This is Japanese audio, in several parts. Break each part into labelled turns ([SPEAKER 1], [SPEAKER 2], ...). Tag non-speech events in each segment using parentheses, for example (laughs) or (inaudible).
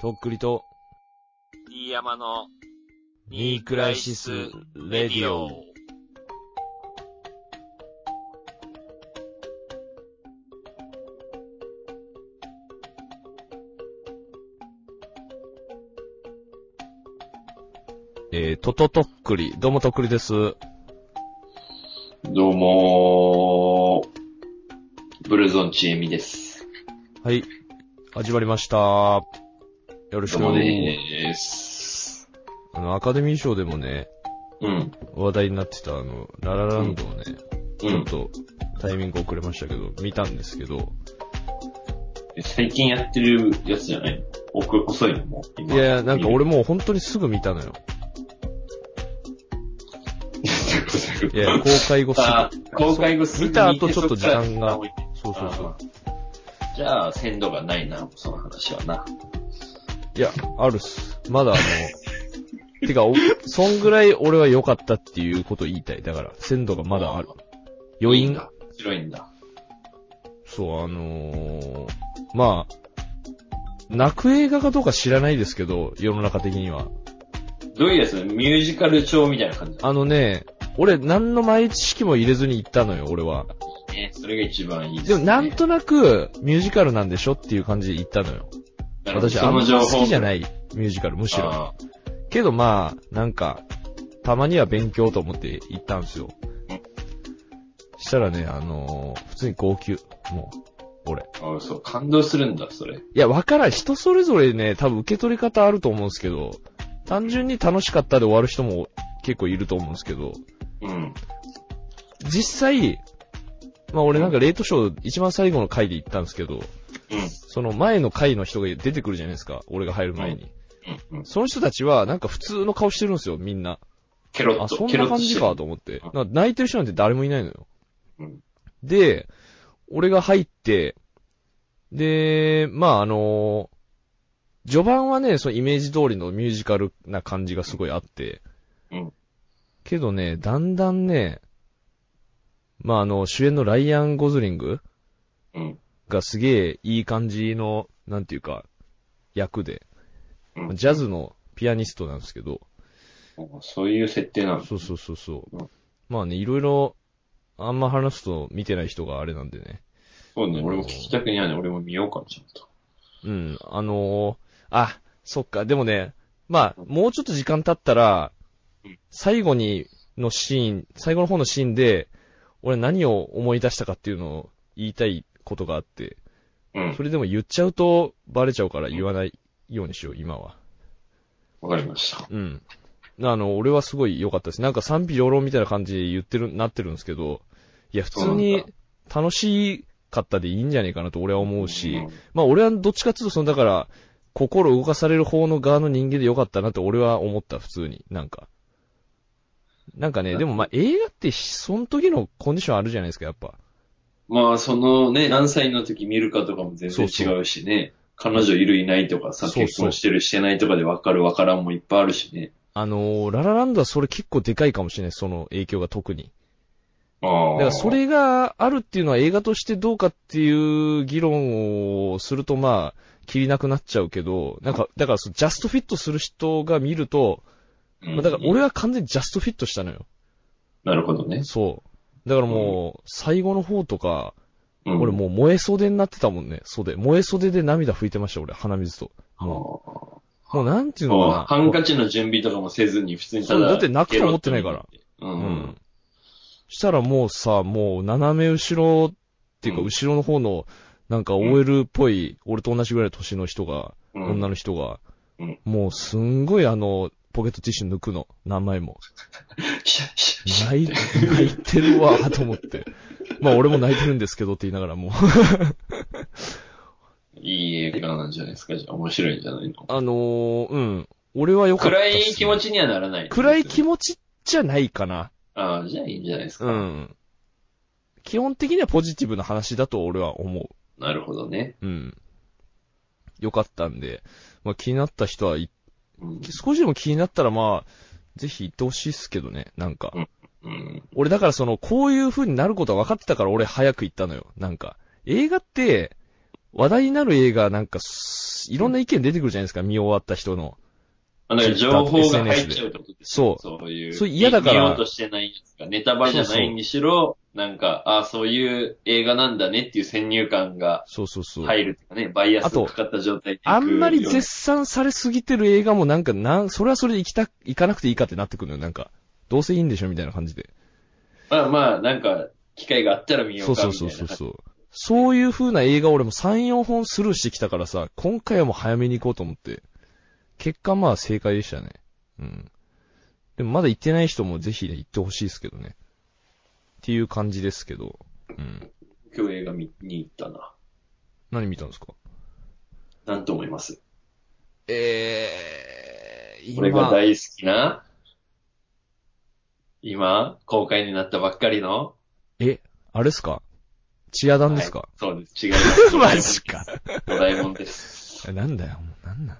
[SPEAKER 1] とっくりと、
[SPEAKER 2] 飯山の、
[SPEAKER 1] ニークライシス・レディオ。えー、とととっくり、どうもとっくりです。
[SPEAKER 3] どうもーブルゾンチエミです。
[SPEAKER 1] はい。始まりました。よろし
[SPEAKER 3] どう
[SPEAKER 1] く。
[SPEAKER 3] もでーす。
[SPEAKER 1] あの、アカデミー賞でもね、
[SPEAKER 3] うん、
[SPEAKER 1] 話題になってたあの、ララランドをね、
[SPEAKER 3] う
[SPEAKER 1] ちょっ
[SPEAKER 3] ん。
[SPEAKER 1] とタイミング遅れましたけど、見たんですけど、
[SPEAKER 3] 最近やってるやつじゃない僕遅いのもう
[SPEAKER 1] い
[SPEAKER 3] 今
[SPEAKER 1] やいや、なんか俺もう本当にすぐ見たのよ。いや、公開後す
[SPEAKER 3] あ
[SPEAKER 1] ぐ。
[SPEAKER 3] 公開後すぐ
[SPEAKER 1] 見た後ちょっと時間が
[SPEAKER 3] 見て
[SPEAKER 1] そうそうそう。。
[SPEAKER 3] あーじゃあ、鮮度がないな、その話はな。
[SPEAKER 1] いや、あるっす。まだあの、 (laughs) てか、おそんぐらい俺は良かったっていうことを言いたい。だから、鮮度がまだある。余韻
[SPEAKER 3] が。面白いんだ。
[SPEAKER 1] そう、あのー、まあ、泣く映画かどうか知らないですけど、世の中的には。
[SPEAKER 3] どういうやつミュージカル調みたいな感じだ
[SPEAKER 1] あのね、俺何の前知識も入れずに行ったのよ、俺は。
[SPEAKER 3] ね。それが一番いいです、
[SPEAKER 1] で
[SPEAKER 3] ね。
[SPEAKER 1] もなんとなくミュージカルなんでしょっていう感じで行ったのよ。
[SPEAKER 3] なるほど、
[SPEAKER 1] 私あんま好きじゃ
[SPEAKER 3] い。
[SPEAKER 1] ないミュージカル、むしろ。
[SPEAKER 3] あー
[SPEAKER 1] けどまあ、なんか、たまには勉強と思って行ったんですよ
[SPEAKER 3] うん。
[SPEAKER 1] したらね、あのー普通に号泣。もう、俺。
[SPEAKER 3] あー、そう、感動するんだ、それ。
[SPEAKER 1] いや、わからん。人それぞれね、多分受け取り方あると思うんですけど、単純に楽しかったで終わる人も結構いると思うんですけど、
[SPEAKER 3] うん。
[SPEAKER 1] 実際、まあ俺なんかレートショー一番最後の回で行ったんですけど、
[SPEAKER 3] う
[SPEAKER 1] その前の回の人が出てくるじゃないですか。俺が入る前に。
[SPEAKER 3] ん。うん。
[SPEAKER 1] その人たちはなんか普通の顔してるんですよ、みんな。
[SPEAKER 3] ケロッ
[SPEAKER 1] あ、そ
[SPEAKER 3] と、
[SPEAKER 1] ん
[SPEAKER 3] ケ
[SPEAKER 1] な
[SPEAKER 3] ロッと
[SPEAKER 1] 感
[SPEAKER 3] し
[SPEAKER 1] じ
[SPEAKER 3] て
[SPEAKER 1] か
[SPEAKER 3] る。
[SPEAKER 1] と思って。なんか泣いてる人なんて誰もいないのよ。
[SPEAKER 3] うん
[SPEAKER 1] で、俺が入って、で、まああの序盤はね、そのイメージ通りのミュージカルな感じがすごいあって、
[SPEAKER 3] うん
[SPEAKER 1] けどね、だんだんね、まああの、主演のライアン・ゴズリング
[SPEAKER 3] うん。
[SPEAKER 1] がすげえいい感じの、なんていうか、役で、
[SPEAKER 3] うん
[SPEAKER 1] ジャズのピアニストなんですけど、
[SPEAKER 3] そういう設定なの。
[SPEAKER 1] そうそうそうそう
[SPEAKER 3] う。
[SPEAKER 1] まあね、いろいろ、あんま話すと見てない人があれなんでね。
[SPEAKER 3] そうね、俺も聞きたくないね。俺も見ようかな、ちゃんと。
[SPEAKER 1] うん、あのーあ、そっか、でもね、まあ、もうちょっと時間経ったら
[SPEAKER 3] うん、
[SPEAKER 1] 最後に、のシーン、最後の方のシーンで、俺何を思い出したかっていうのを言いたいことがあって、
[SPEAKER 3] うん
[SPEAKER 1] そ。れでも言っちゃうとバレちゃうから言わないようにしよう、今は。
[SPEAKER 3] わかりました。
[SPEAKER 1] うん。あの、俺はすごい良かったです。なんか賛否両論みたいな感じで言ってる、なってるんですけど、いや、普通に楽しかったでいいんじゃねえかなと俺は思うし、
[SPEAKER 3] うん
[SPEAKER 1] まあ俺はどっちかっていうと、その、だから、心動かされる方の側の人間で良かったなって俺は思った、普通に。なんか。なんかね、でもまあ映画ってその時のコンディションあるじゃないですか、やっぱ。
[SPEAKER 3] まあ、そのね、何歳の時見るかとかも全然違うしね。彼女いるいないとか
[SPEAKER 1] そ
[SPEAKER 3] さ、
[SPEAKER 1] うそう
[SPEAKER 3] 結婚してるしてないとかでわかるわからんもいっぱいあるしね。
[SPEAKER 1] あのーララランドはそれ結構でかいかもしれない、その影響が特に。
[SPEAKER 3] ああ。
[SPEAKER 1] だからそ、れがあるっていうのは映画としてどうかっていう議論をするとまあ、切りなくなっちゃうけど、なんか、だからそのジャストフィットする人が見ると、
[SPEAKER 3] うん
[SPEAKER 1] まあだから俺は完全にジャストフィットしたのよ。
[SPEAKER 3] なるほどね。
[SPEAKER 1] そう。だからもう、最後の方とか、
[SPEAKER 3] うん
[SPEAKER 1] 俺もう燃え袖になってたもんね、袖。燃え袖で涙拭いてました、俺、鼻水と。もう、もうなんていうの
[SPEAKER 3] もう
[SPEAKER 1] かな。
[SPEAKER 3] ハンカチの準備とかもせずに、普通にた
[SPEAKER 1] そう
[SPEAKER 3] だ。
[SPEAKER 1] だって泣くと思ってないから。
[SPEAKER 3] う
[SPEAKER 1] うんん。。したらもうさ、もう斜め後ろっていうか
[SPEAKER 3] うん
[SPEAKER 1] 後ろの方の、なんか OL っぽい、俺と同じぐらいの年の人が、
[SPEAKER 3] うん (laughs)
[SPEAKER 1] 女の人が
[SPEAKER 3] うん、
[SPEAKER 1] もうすんごいあの、ポケットティッシュ抜くの、名前も。
[SPEAKER 3] シャッシャッシャッ
[SPEAKER 1] 泣い泣いてるわ、と思って。まあ俺も泣いてるんですけどって言いながら
[SPEAKER 3] (laughs)
[SPEAKER 1] もう。
[SPEAKER 3] いい映画なんじゃないですか、じゃあ。面白いんじゃないの
[SPEAKER 1] あのー、うん。俺は良かったっ
[SPEAKER 3] 暗
[SPEAKER 1] すね、
[SPEAKER 3] い気持ちにはならない。
[SPEAKER 1] 暗い気持ちじゃないかな。
[SPEAKER 3] ああ、じゃあいいんじゃないですか。
[SPEAKER 1] うん。基本的にはポジティブな話だと俺は思
[SPEAKER 3] なるほどね。
[SPEAKER 1] う。うん。良かったんで、まあ気になった人はい、
[SPEAKER 3] うん。
[SPEAKER 1] 少しでも気になったらまあ、ぜひ行ってほしいっすけどね、なんか。
[SPEAKER 3] うん。
[SPEAKER 1] 俺だからその、こういう風になることは分かってたから俺早く行ったのよ、なんか。映画って、話題になる映画なんかす、いろんな意見出てくるじゃないですか、見終わった人の。
[SPEAKER 3] あなんか情報が入っちゃうってことですねそういう。
[SPEAKER 1] そう嫌だから
[SPEAKER 3] 見ようとしてないやつか。ネタバレじゃないにしろ、なんか、あそういう映画なんだねっていう先入観が
[SPEAKER 1] そうそうそう。
[SPEAKER 3] 入るとかね、バイア
[SPEAKER 1] あ
[SPEAKER 3] ス
[SPEAKER 1] と
[SPEAKER 3] がかかった状態で行く
[SPEAKER 1] あんまり
[SPEAKER 3] よう
[SPEAKER 1] 絶賛されすぎてる映画もなんか、なん、それはそれで行きた、行かなくていいかってなってくるのよ、なんか。どうせいいんでしょみたいな感じで。
[SPEAKER 3] なまあまあ、なんか、機会があったら見よ
[SPEAKER 1] そうう
[SPEAKER 3] か
[SPEAKER 1] そ
[SPEAKER 3] み
[SPEAKER 1] う
[SPEAKER 3] た
[SPEAKER 1] そ
[SPEAKER 3] いな。
[SPEAKER 1] うそうそう。そういう風な映画俺も3、4本スルーしてきたからさ、今回はもう早めに行こうと思って。結果まあ正解でしたね。うん。でもまだ行ってない人もぜひね、行ってほしいですけどね。っていう感じですけど。うん。
[SPEAKER 3] 今日映画見に行ったな。
[SPEAKER 1] 何見たんですか
[SPEAKER 3] なんと思います
[SPEAKER 1] えー、
[SPEAKER 3] 俺が大好きな、今、公開になったばっかりの、
[SPEAKER 1] え、あれですかチアダンですか、
[SPEAKER 3] そうです。違い
[SPEAKER 1] (laughs)
[SPEAKER 3] ます。
[SPEAKER 1] か。
[SPEAKER 3] ドラえもんです。
[SPEAKER 1] なんだよ、もうなんなん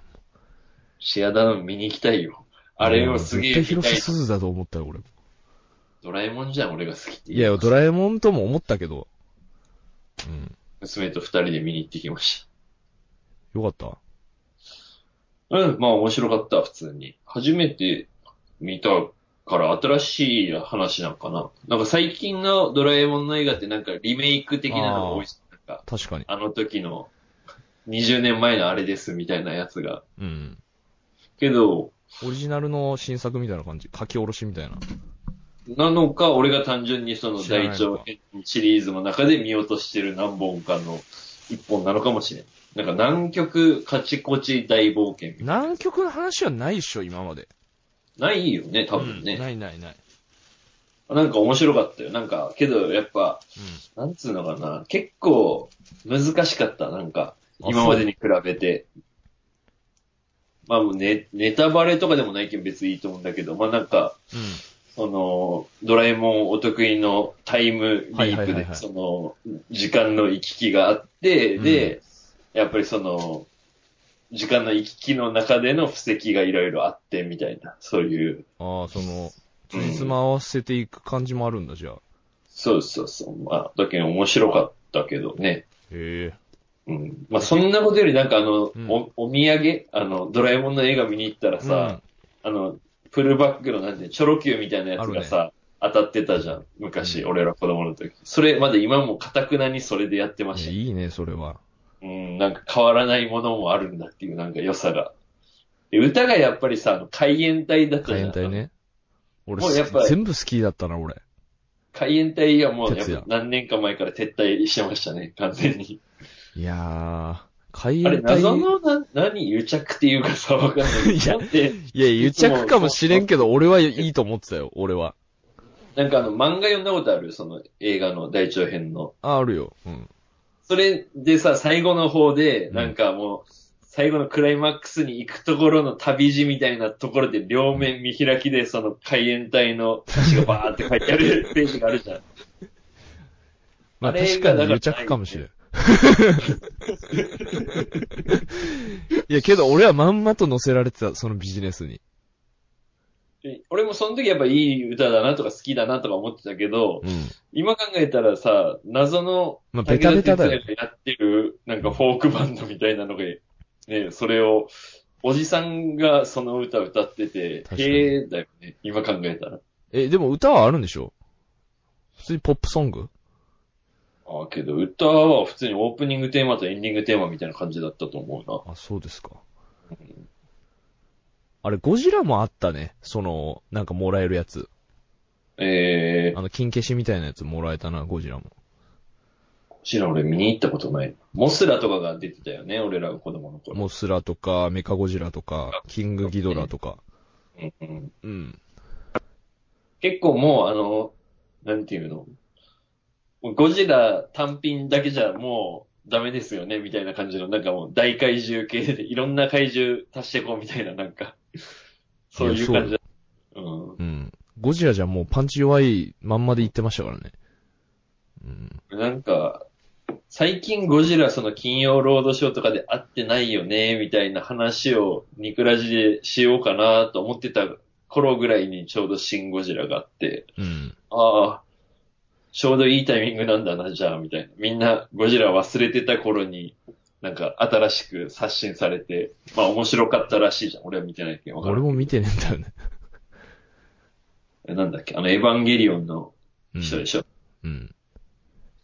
[SPEAKER 3] シアダの見に行きたいよ。あれをすげえ
[SPEAKER 1] 絶対
[SPEAKER 3] 見
[SPEAKER 1] 広
[SPEAKER 3] た
[SPEAKER 1] 瀬
[SPEAKER 3] い。
[SPEAKER 1] すずだと思ったよ、俺。
[SPEAKER 3] ドラえもんじゃん、俺が好きって。
[SPEAKER 1] いや、ド
[SPEAKER 3] ラ
[SPEAKER 1] ラえもんとも思ったけど。うん。
[SPEAKER 3] 娘と二人で見に行ってきまし
[SPEAKER 1] よかった。
[SPEAKER 3] た。うん、まあ面白かった、普通に。初めて見たから新しい話なんかな。なんか最近のドラえもんの映画ってなんかリメイク的なのが多いし、なんか
[SPEAKER 1] 確かに。
[SPEAKER 3] あの時の20年前のあれですみたいなやつが。
[SPEAKER 1] うん。
[SPEAKER 3] けど、
[SPEAKER 1] オリジナルの新作みたいな感じ。書き下ろしみたいな。
[SPEAKER 3] なのか、俺が単純にその
[SPEAKER 1] 知らない
[SPEAKER 3] 大
[SPEAKER 1] のか
[SPEAKER 3] 長編シリーズの中で見落としてる何本かの一本なのかもしれん。なんか南極カチコチ大冒険みたいな。
[SPEAKER 1] 南極の話はないっしょ、今まで。
[SPEAKER 3] ないよね、多分
[SPEAKER 1] うん
[SPEAKER 3] ね。
[SPEAKER 1] ないないない。
[SPEAKER 3] なんか面白かったよ。なんか、けどやっぱ、なんつうのかな、結構難しかった、なんか。
[SPEAKER 1] あ
[SPEAKER 3] 今までに比べて。まあもうネネタバレとかでもないけど別にいいと思うんだけど、まあなんか、
[SPEAKER 1] うん。うん。
[SPEAKER 3] その、ドラえもんお得意のタイムリ
[SPEAKER 1] はい
[SPEAKER 3] ー
[SPEAKER 1] は
[SPEAKER 3] プ
[SPEAKER 1] いはいは
[SPEAKER 3] で、
[SPEAKER 1] い
[SPEAKER 3] その、時間の行き来があって、で、やっぱりその、時間の行き来の中での布石がいろいろあって、みたいな、そういう。
[SPEAKER 1] ああ、その、辻褄合わせていく感じもあるんだ、じゃあ。
[SPEAKER 3] そうそうそう。まあ、だけど面白かったけどね。
[SPEAKER 1] へえ。
[SPEAKER 3] うん。まあ、そんなことよりなんかあの、
[SPEAKER 1] うん
[SPEAKER 3] お、お土産あの、ドラえもんの映画見に行ったらさ、あの、プルバックのなんて、チョロ Q みたいなやつがさ、当たってたじゃん。昔、
[SPEAKER 1] う
[SPEAKER 3] 俺ら子供の時。それ、まだ今もかたくなにそれでやって
[SPEAKER 1] う
[SPEAKER 3] ま
[SPEAKER 1] ん、い
[SPEAKER 3] し
[SPEAKER 1] や
[SPEAKER 3] た。
[SPEAKER 1] いいね、それは。
[SPEAKER 3] うん、なんか変わらないものもあるんだっていう、なんか良さが。で歌がやっぱりさ、あの海援隊だった
[SPEAKER 1] 海
[SPEAKER 3] じゃ
[SPEAKER 1] 援
[SPEAKER 3] ん。
[SPEAKER 1] 隊。ね。俺
[SPEAKER 3] もうやっぱ、り
[SPEAKER 1] 全部好きだったな、俺。
[SPEAKER 3] 海援隊はもうやっ
[SPEAKER 1] 徹夜
[SPEAKER 3] ぱ何年か前から撤退してましたね、完全に。
[SPEAKER 1] いやー、海
[SPEAKER 3] あれ、
[SPEAKER 1] 援隊。
[SPEAKER 3] 謎のな、何、癒着っていうかさ、わかんな
[SPEAKER 1] (laughs)
[SPEAKER 3] い。
[SPEAKER 1] いや
[SPEAKER 3] だって
[SPEAKER 1] いや、癒着かもしれんけど、俺はいいと思ってたよ、俺は。
[SPEAKER 3] なんかあの、漫画読んだことあるその映画の大長編の。
[SPEAKER 1] あ、あるよ。うん。
[SPEAKER 3] それでさ、最後の方で、
[SPEAKER 1] うん
[SPEAKER 3] なんかもう、最後のクライマックスに行くところの旅路みたいなところで両面見開きでその海援隊の歌詞がバーって書いてあるページがあるじゃん。
[SPEAKER 1] まあ
[SPEAKER 3] あれ
[SPEAKER 1] 確か
[SPEAKER 3] が
[SPEAKER 1] に
[SPEAKER 3] だから
[SPEAKER 1] 癒着かもしれん。 (laughs) いや、けど俺はまんまと乗せられてた、そのビジネスに。
[SPEAKER 3] で俺もその時やっぱいい歌だなとか好きだなとか思ってたけど、
[SPEAKER 1] うん。
[SPEAKER 3] 今考えたらさ、謎の、
[SPEAKER 1] まあベタベタだよ
[SPEAKER 3] 武田鉄矢がやってる、なんかフォークバンドみたいなのが、ね、それを、おじさんがその歌歌ってて、
[SPEAKER 1] 確かに
[SPEAKER 3] へえだよね、今考えたら。
[SPEAKER 1] え、でも歌はあるんでしょ普通にポップソング
[SPEAKER 3] ああ、けど歌は普通にオープニングテーマとエンディングテーマみたいな感じだったと思う
[SPEAKER 1] あ、そうですか。あれ、ゴジラもあったね。その、なんかもらえるやつ。
[SPEAKER 3] な。ええ
[SPEAKER 1] あの、金消しみたいなやつもらえたな、ゴジラも。
[SPEAKER 3] 知らん俺見に行ったことない。モスラとかが出てたよね、俺らが子供の頃。
[SPEAKER 1] モスラとか、メカゴジラとか、キングギドラとか。
[SPEAKER 3] うんうん
[SPEAKER 1] うん。
[SPEAKER 3] 結構もう、あの、なんていうのもうゴジラ単品だけじゃもうダメですよね、みたいな感じの、なんかもう大怪獣系でいろんな怪獣足してこうみたいな、なんか、そういう感じだ。うん。
[SPEAKER 1] うん。ゴジラじゃもうパンチ弱いまんまで言ってましたからね。うん。
[SPEAKER 3] なんか、最近ゴジラその金曜ロードショーとかで会ってないよね、みたいな話をニクラジでしようかなと思ってた頃ぐらいにちょうど新ゴジラがあって、
[SPEAKER 1] うん。
[SPEAKER 3] ああ、ちょうどいいタイミングなんだな、じゃあ、みたいな。みんなゴジラ忘れてた頃になんか新しく刷新されて、まあ面白かったらしいじゃん。俺は見てないけど。わか
[SPEAKER 1] 俺
[SPEAKER 3] る
[SPEAKER 1] も見てねえんだよね。
[SPEAKER 3] えなんだっけあの、エヴァンゲリオンの
[SPEAKER 1] うん
[SPEAKER 3] 人でしょ。
[SPEAKER 1] うん。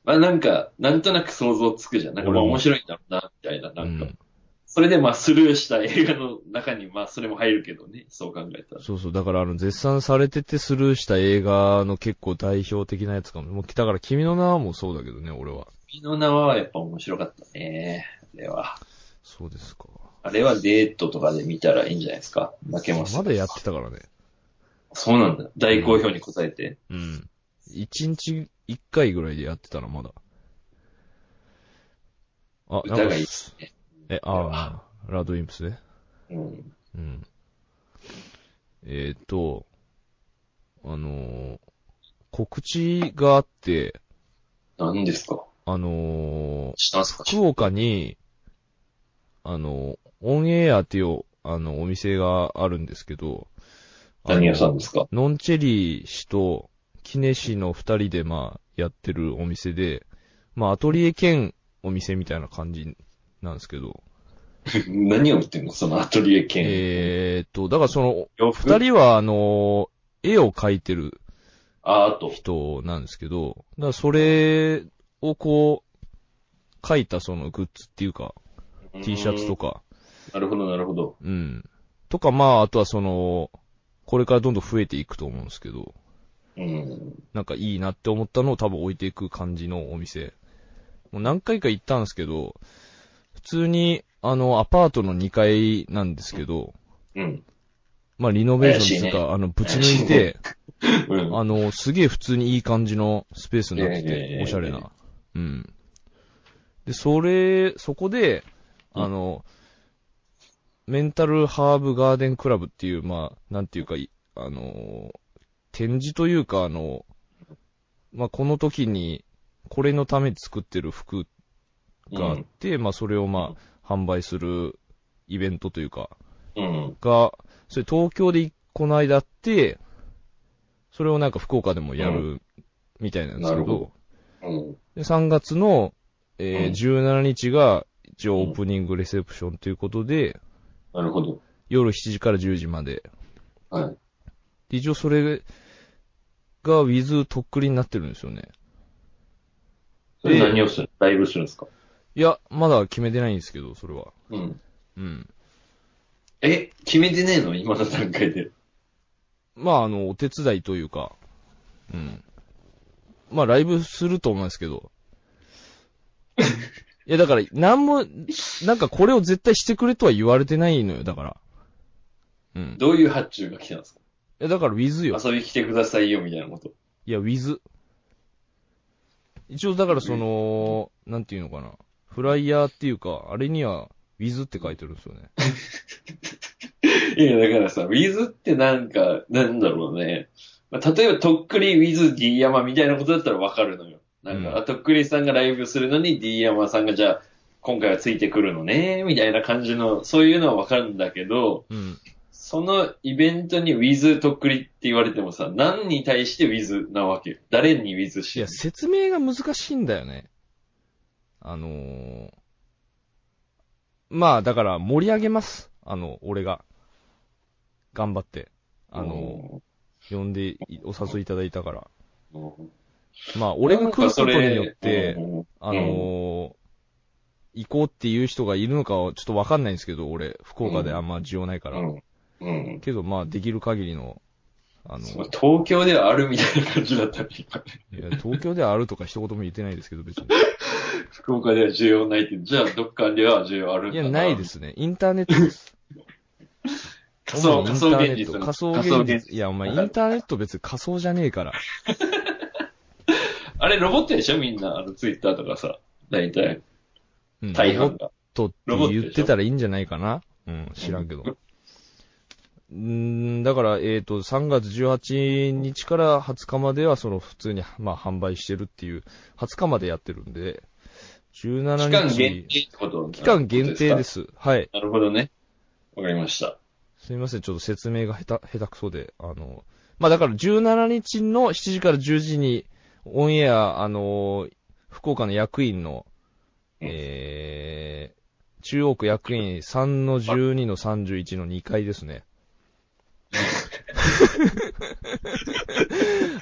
[SPEAKER 3] まあなんか、なんとなく想像つくじゃん。なんかまあ
[SPEAKER 1] 俺も
[SPEAKER 3] 面白いんだろうな、みたいな。
[SPEAKER 1] う
[SPEAKER 3] なんか、
[SPEAKER 1] ん。
[SPEAKER 3] それでまあスルーした映画の中にまあそれも入るけどね。そう考えたら。
[SPEAKER 1] そうそう。だから、あの、絶賛されててスルーした映画の結構代表的なやつかも。もう、だから、君の名はもそうだけどね、俺は。
[SPEAKER 3] 君の名はやっぱ面白かったね。あれは。
[SPEAKER 1] そうですか。
[SPEAKER 3] あれはデートとかで見たらいいんじゃないですか。負けます。
[SPEAKER 1] まだやってたからね。
[SPEAKER 3] そうなんだ。大好評に応えて。
[SPEAKER 1] うん。一日一回ぐらいでやってたら、まだ。あ、なんか
[SPEAKER 3] 歌がいいですね。
[SPEAKER 1] え、ああ、ラドウィンプスね。
[SPEAKER 3] うん。
[SPEAKER 1] うん。えっ、と、あのー告知があって、
[SPEAKER 3] 何ですか
[SPEAKER 1] あのー
[SPEAKER 3] したんすか
[SPEAKER 1] 福岡に、あのオンエアっていう、あの、お店があるんですけど、あの
[SPEAKER 3] 何屋さんですか
[SPEAKER 1] ノンチェリー氏と、キネ氏の二人で、まあ、やってるお店で、まあ、アトリエ兼お店みたいな感じなんですけど、
[SPEAKER 3] 何を売ってんのそのアトリエ兼。
[SPEAKER 1] えっ、と、だからその、
[SPEAKER 3] 洋服
[SPEAKER 1] 二人は、あの絵を描いてる
[SPEAKER 3] アート。
[SPEAKER 1] 人なんですけど、だからそれをこう、書いたそのグッズっていうか、T シャツと
[SPEAKER 3] か。
[SPEAKER 1] か、
[SPEAKER 3] なるほど、なるほど。
[SPEAKER 1] うん。とか、まあ、あとはその、これからどんどん増えていくと思うんですけど、
[SPEAKER 3] うん。
[SPEAKER 1] なんかいいなって思ったのを多分置いていく感じのお店。もう何回か行ったんですけど、普通に、あの、アパートの2階なんですけど、
[SPEAKER 3] うん。
[SPEAKER 1] まあ、リノベーションと
[SPEAKER 3] 怪し
[SPEAKER 1] か、あの、ぶち抜いて、
[SPEAKER 3] うん。
[SPEAKER 1] あの、すげえ普通にいい感じのスペースになって
[SPEAKER 3] いやいやいやい
[SPEAKER 1] て、
[SPEAKER 3] や
[SPEAKER 1] おしゃれな。うん。で、それ、そこで、
[SPEAKER 3] うん
[SPEAKER 1] あの、メンタルハーブガーデンクラブっていう、まあ、なんていうか、いあの、展示というか、あの、まあ、この時に、これのために作ってる服があって、まあ、それをまあ、販売するイベントというか、
[SPEAKER 3] うん。
[SPEAKER 1] が、それ東京でこの間あって、それをなんか福岡でもや
[SPEAKER 3] う
[SPEAKER 1] るみたいなんですけ
[SPEAKER 3] なる
[SPEAKER 1] ど
[SPEAKER 3] ほ、うん。
[SPEAKER 1] で3月の、えー
[SPEAKER 3] うん
[SPEAKER 1] 17日が一応オープニングレセプションということで、
[SPEAKER 3] なるほど。
[SPEAKER 1] 夜7時から10時まで。
[SPEAKER 3] はい。
[SPEAKER 1] で一応それが With とっくりになってるんですよね。
[SPEAKER 3] それ
[SPEAKER 1] で
[SPEAKER 3] 何をするライブするんですか
[SPEAKER 1] いや、まだ決めてないんですけど、それは。
[SPEAKER 3] うん。
[SPEAKER 1] うん。
[SPEAKER 3] え、決めてねえの今の段階で。
[SPEAKER 1] まあ、あの、お手伝いというか、うん。まあ、ライブすると思うんですけど。いや、だから、なんも、なんかこれを絶対してくれとは言われてないのよ、だから。うん。
[SPEAKER 3] どういう発注が来たんですか
[SPEAKER 1] いや、だから、ウィズよ。
[SPEAKER 3] 遊び来てくださいよ、みたいなこと。
[SPEAKER 1] いや、ウィズ。一応、だから、その、なんていうのかな。フライヤーっていうか、あれには、ウィズって書いてるんですよね。
[SPEAKER 3] いや、だからさ、ウィズってなんか、なんだろうね。まあ、例えば、とっくりウィズ D 山みたいなことだったらわかるのよ。なんか、
[SPEAKER 1] うん
[SPEAKER 3] あとっくりさんがライブするのに D 山さんがじゃあ、今回はついてくるのね、みたいな感じの、そういうのはわかるんだけど、
[SPEAKER 1] うん。
[SPEAKER 3] そのイベントにウィズとっくりって言われてもさ、何に対してウィズなわけ誰にウィズ
[SPEAKER 1] い
[SPEAKER 3] し
[SPEAKER 1] や、説明が難しいんだよね。あのー、まあ、だから盛り上げます。あの、俺が。頑張って。あの、呼んでい、お誘いいただいたから。
[SPEAKER 3] うん、
[SPEAKER 1] まあ、俺が来ることによって、
[SPEAKER 3] うん
[SPEAKER 1] あのー、行こうっていう人がいるのかはちょっとわかんないんですけど、俺、福岡であんま需要ないか
[SPEAKER 3] う
[SPEAKER 1] ら。
[SPEAKER 3] ん、うん。
[SPEAKER 1] けど、まあ、できる限りの、あの、
[SPEAKER 3] そう東京ではあるみたいな感じだったね、今
[SPEAKER 1] いや東京ではあるとか一言も言ってないですけど、別に。
[SPEAKER 3] (laughs) 福岡では需要ないって、じゃあどっかでは需要あるん
[SPEAKER 1] い
[SPEAKER 3] だ。
[SPEAKER 1] や、ないですす
[SPEAKER 3] (laughs)
[SPEAKER 1] ね。インターネットです。
[SPEAKER 3] 仮想、
[SPEAKER 1] 主に
[SPEAKER 3] 仮
[SPEAKER 1] インターネッ
[SPEAKER 3] 想現
[SPEAKER 1] ト
[SPEAKER 3] 実。
[SPEAKER 1] 仮想
[SPEAKER 3] 仮想
[SPEAKER 1] 現
[SPEAKER 3] 現
[SPEAKER 1] 実。いや、お前、インターネット別に仮想じゃねえから。
[SPEAKER 3] あれ、ロボットでしょみんな、あの、ツイッターとかさ。大体、
[SPEAKER 1] うん、
[SPEAKER 3] 大
[SPEAKER 1] ロボ
[SPEAKER 3] 半
[SPEAKER 1] ッ
[SPEAKER 3] が。
[SPEAKER 1] トって言ってたらいいんじゃないかなうん、知らんけど。うん、だから、えっ、と、3月18日から20日までは、その、普通に、まあ、販売してるっていう、20日までやってるんで、17日。
[SPEAKER 3] 期間限定ってこと。
[SPEAKER 1] 期間限定ですす。はい。
[SPEAKER 3] なるほどね。わかりました。
[SPEAKER 1] すみません、ちょっと説明が下手、下手くそで、あの、まあ、だから17日の7時から10時に、オンエア、あの、福岡の役員の、
[SPEAKER 3] うん
[SPEAKER 1] え中央区役員3の12の31の2階ですね。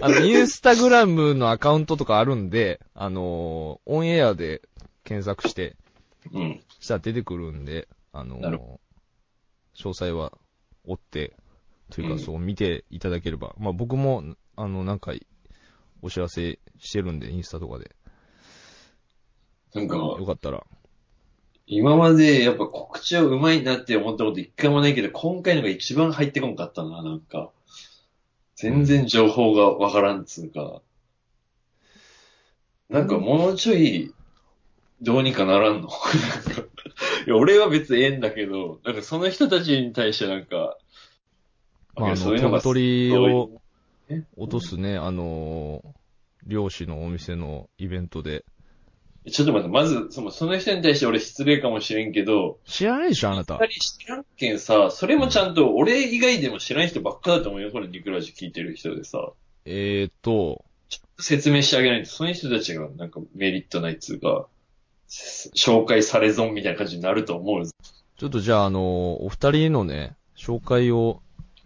[SPEAKER 1] あの、インスタグラムのアカウントとかあるんで、あのーオンエアで検索して、
[SPEAKER 3] うん。
[SPEAKER 1] したら出てくるんで、あのー
[SPEAKER 3] なる
[SPEAKER 1] 詳細は追って、という
[SPEAKER 3] う
[SPEAKER 1] か
[SPEAKER 3] ん
[SPEAKER 1] そう見ていただければ。まあ僕も、あの、なんか、お知らせしてるんで、インスタとかで。
[SPEAKER 3] なんか、
[SPEAKER 1] よかったら。
[SPEAKER 3] 今までやっぱ告知はうまいなって思ったこと一回もないけど、今回のが一番入ってこんかったな、なんか。全然情報がわからんっつうか。なんかもうちょい、どうにかならんのなんかいや俺は別にええんだけど、なんかその人たちに対してなんか、
[SPEAKER 1] まあ、あの、
[SPEAKER 3] そういうのが
[SPEAKER 1] 飛ぶ鳥を
[SPEAKER 3] え
[SPEAKER 1] 落とすね、あのー漁師のお店のイベントで。
[SPEAKER 3] ちょっと待って、まず、そのその人に対して俺失礼かもしれんけど、
[SPEAKER 1] 知らないでしょ、あなた
[SPEAKER 3] 二。人知らんけんさ、それもちゃんと俺以外でも知らん人ばっかだと思うよ、これニクラジ聞いてる人でさ。
[SPEAKER 1] えーと、
[SPEAKER 3] 説明してあげないと、その人たちがなんかメリットないっつうか、せ紹介され損みたいな感じになると思う。
[SPEAKER 1] ちょっとじゃあ、あのーお二人のね、紹介を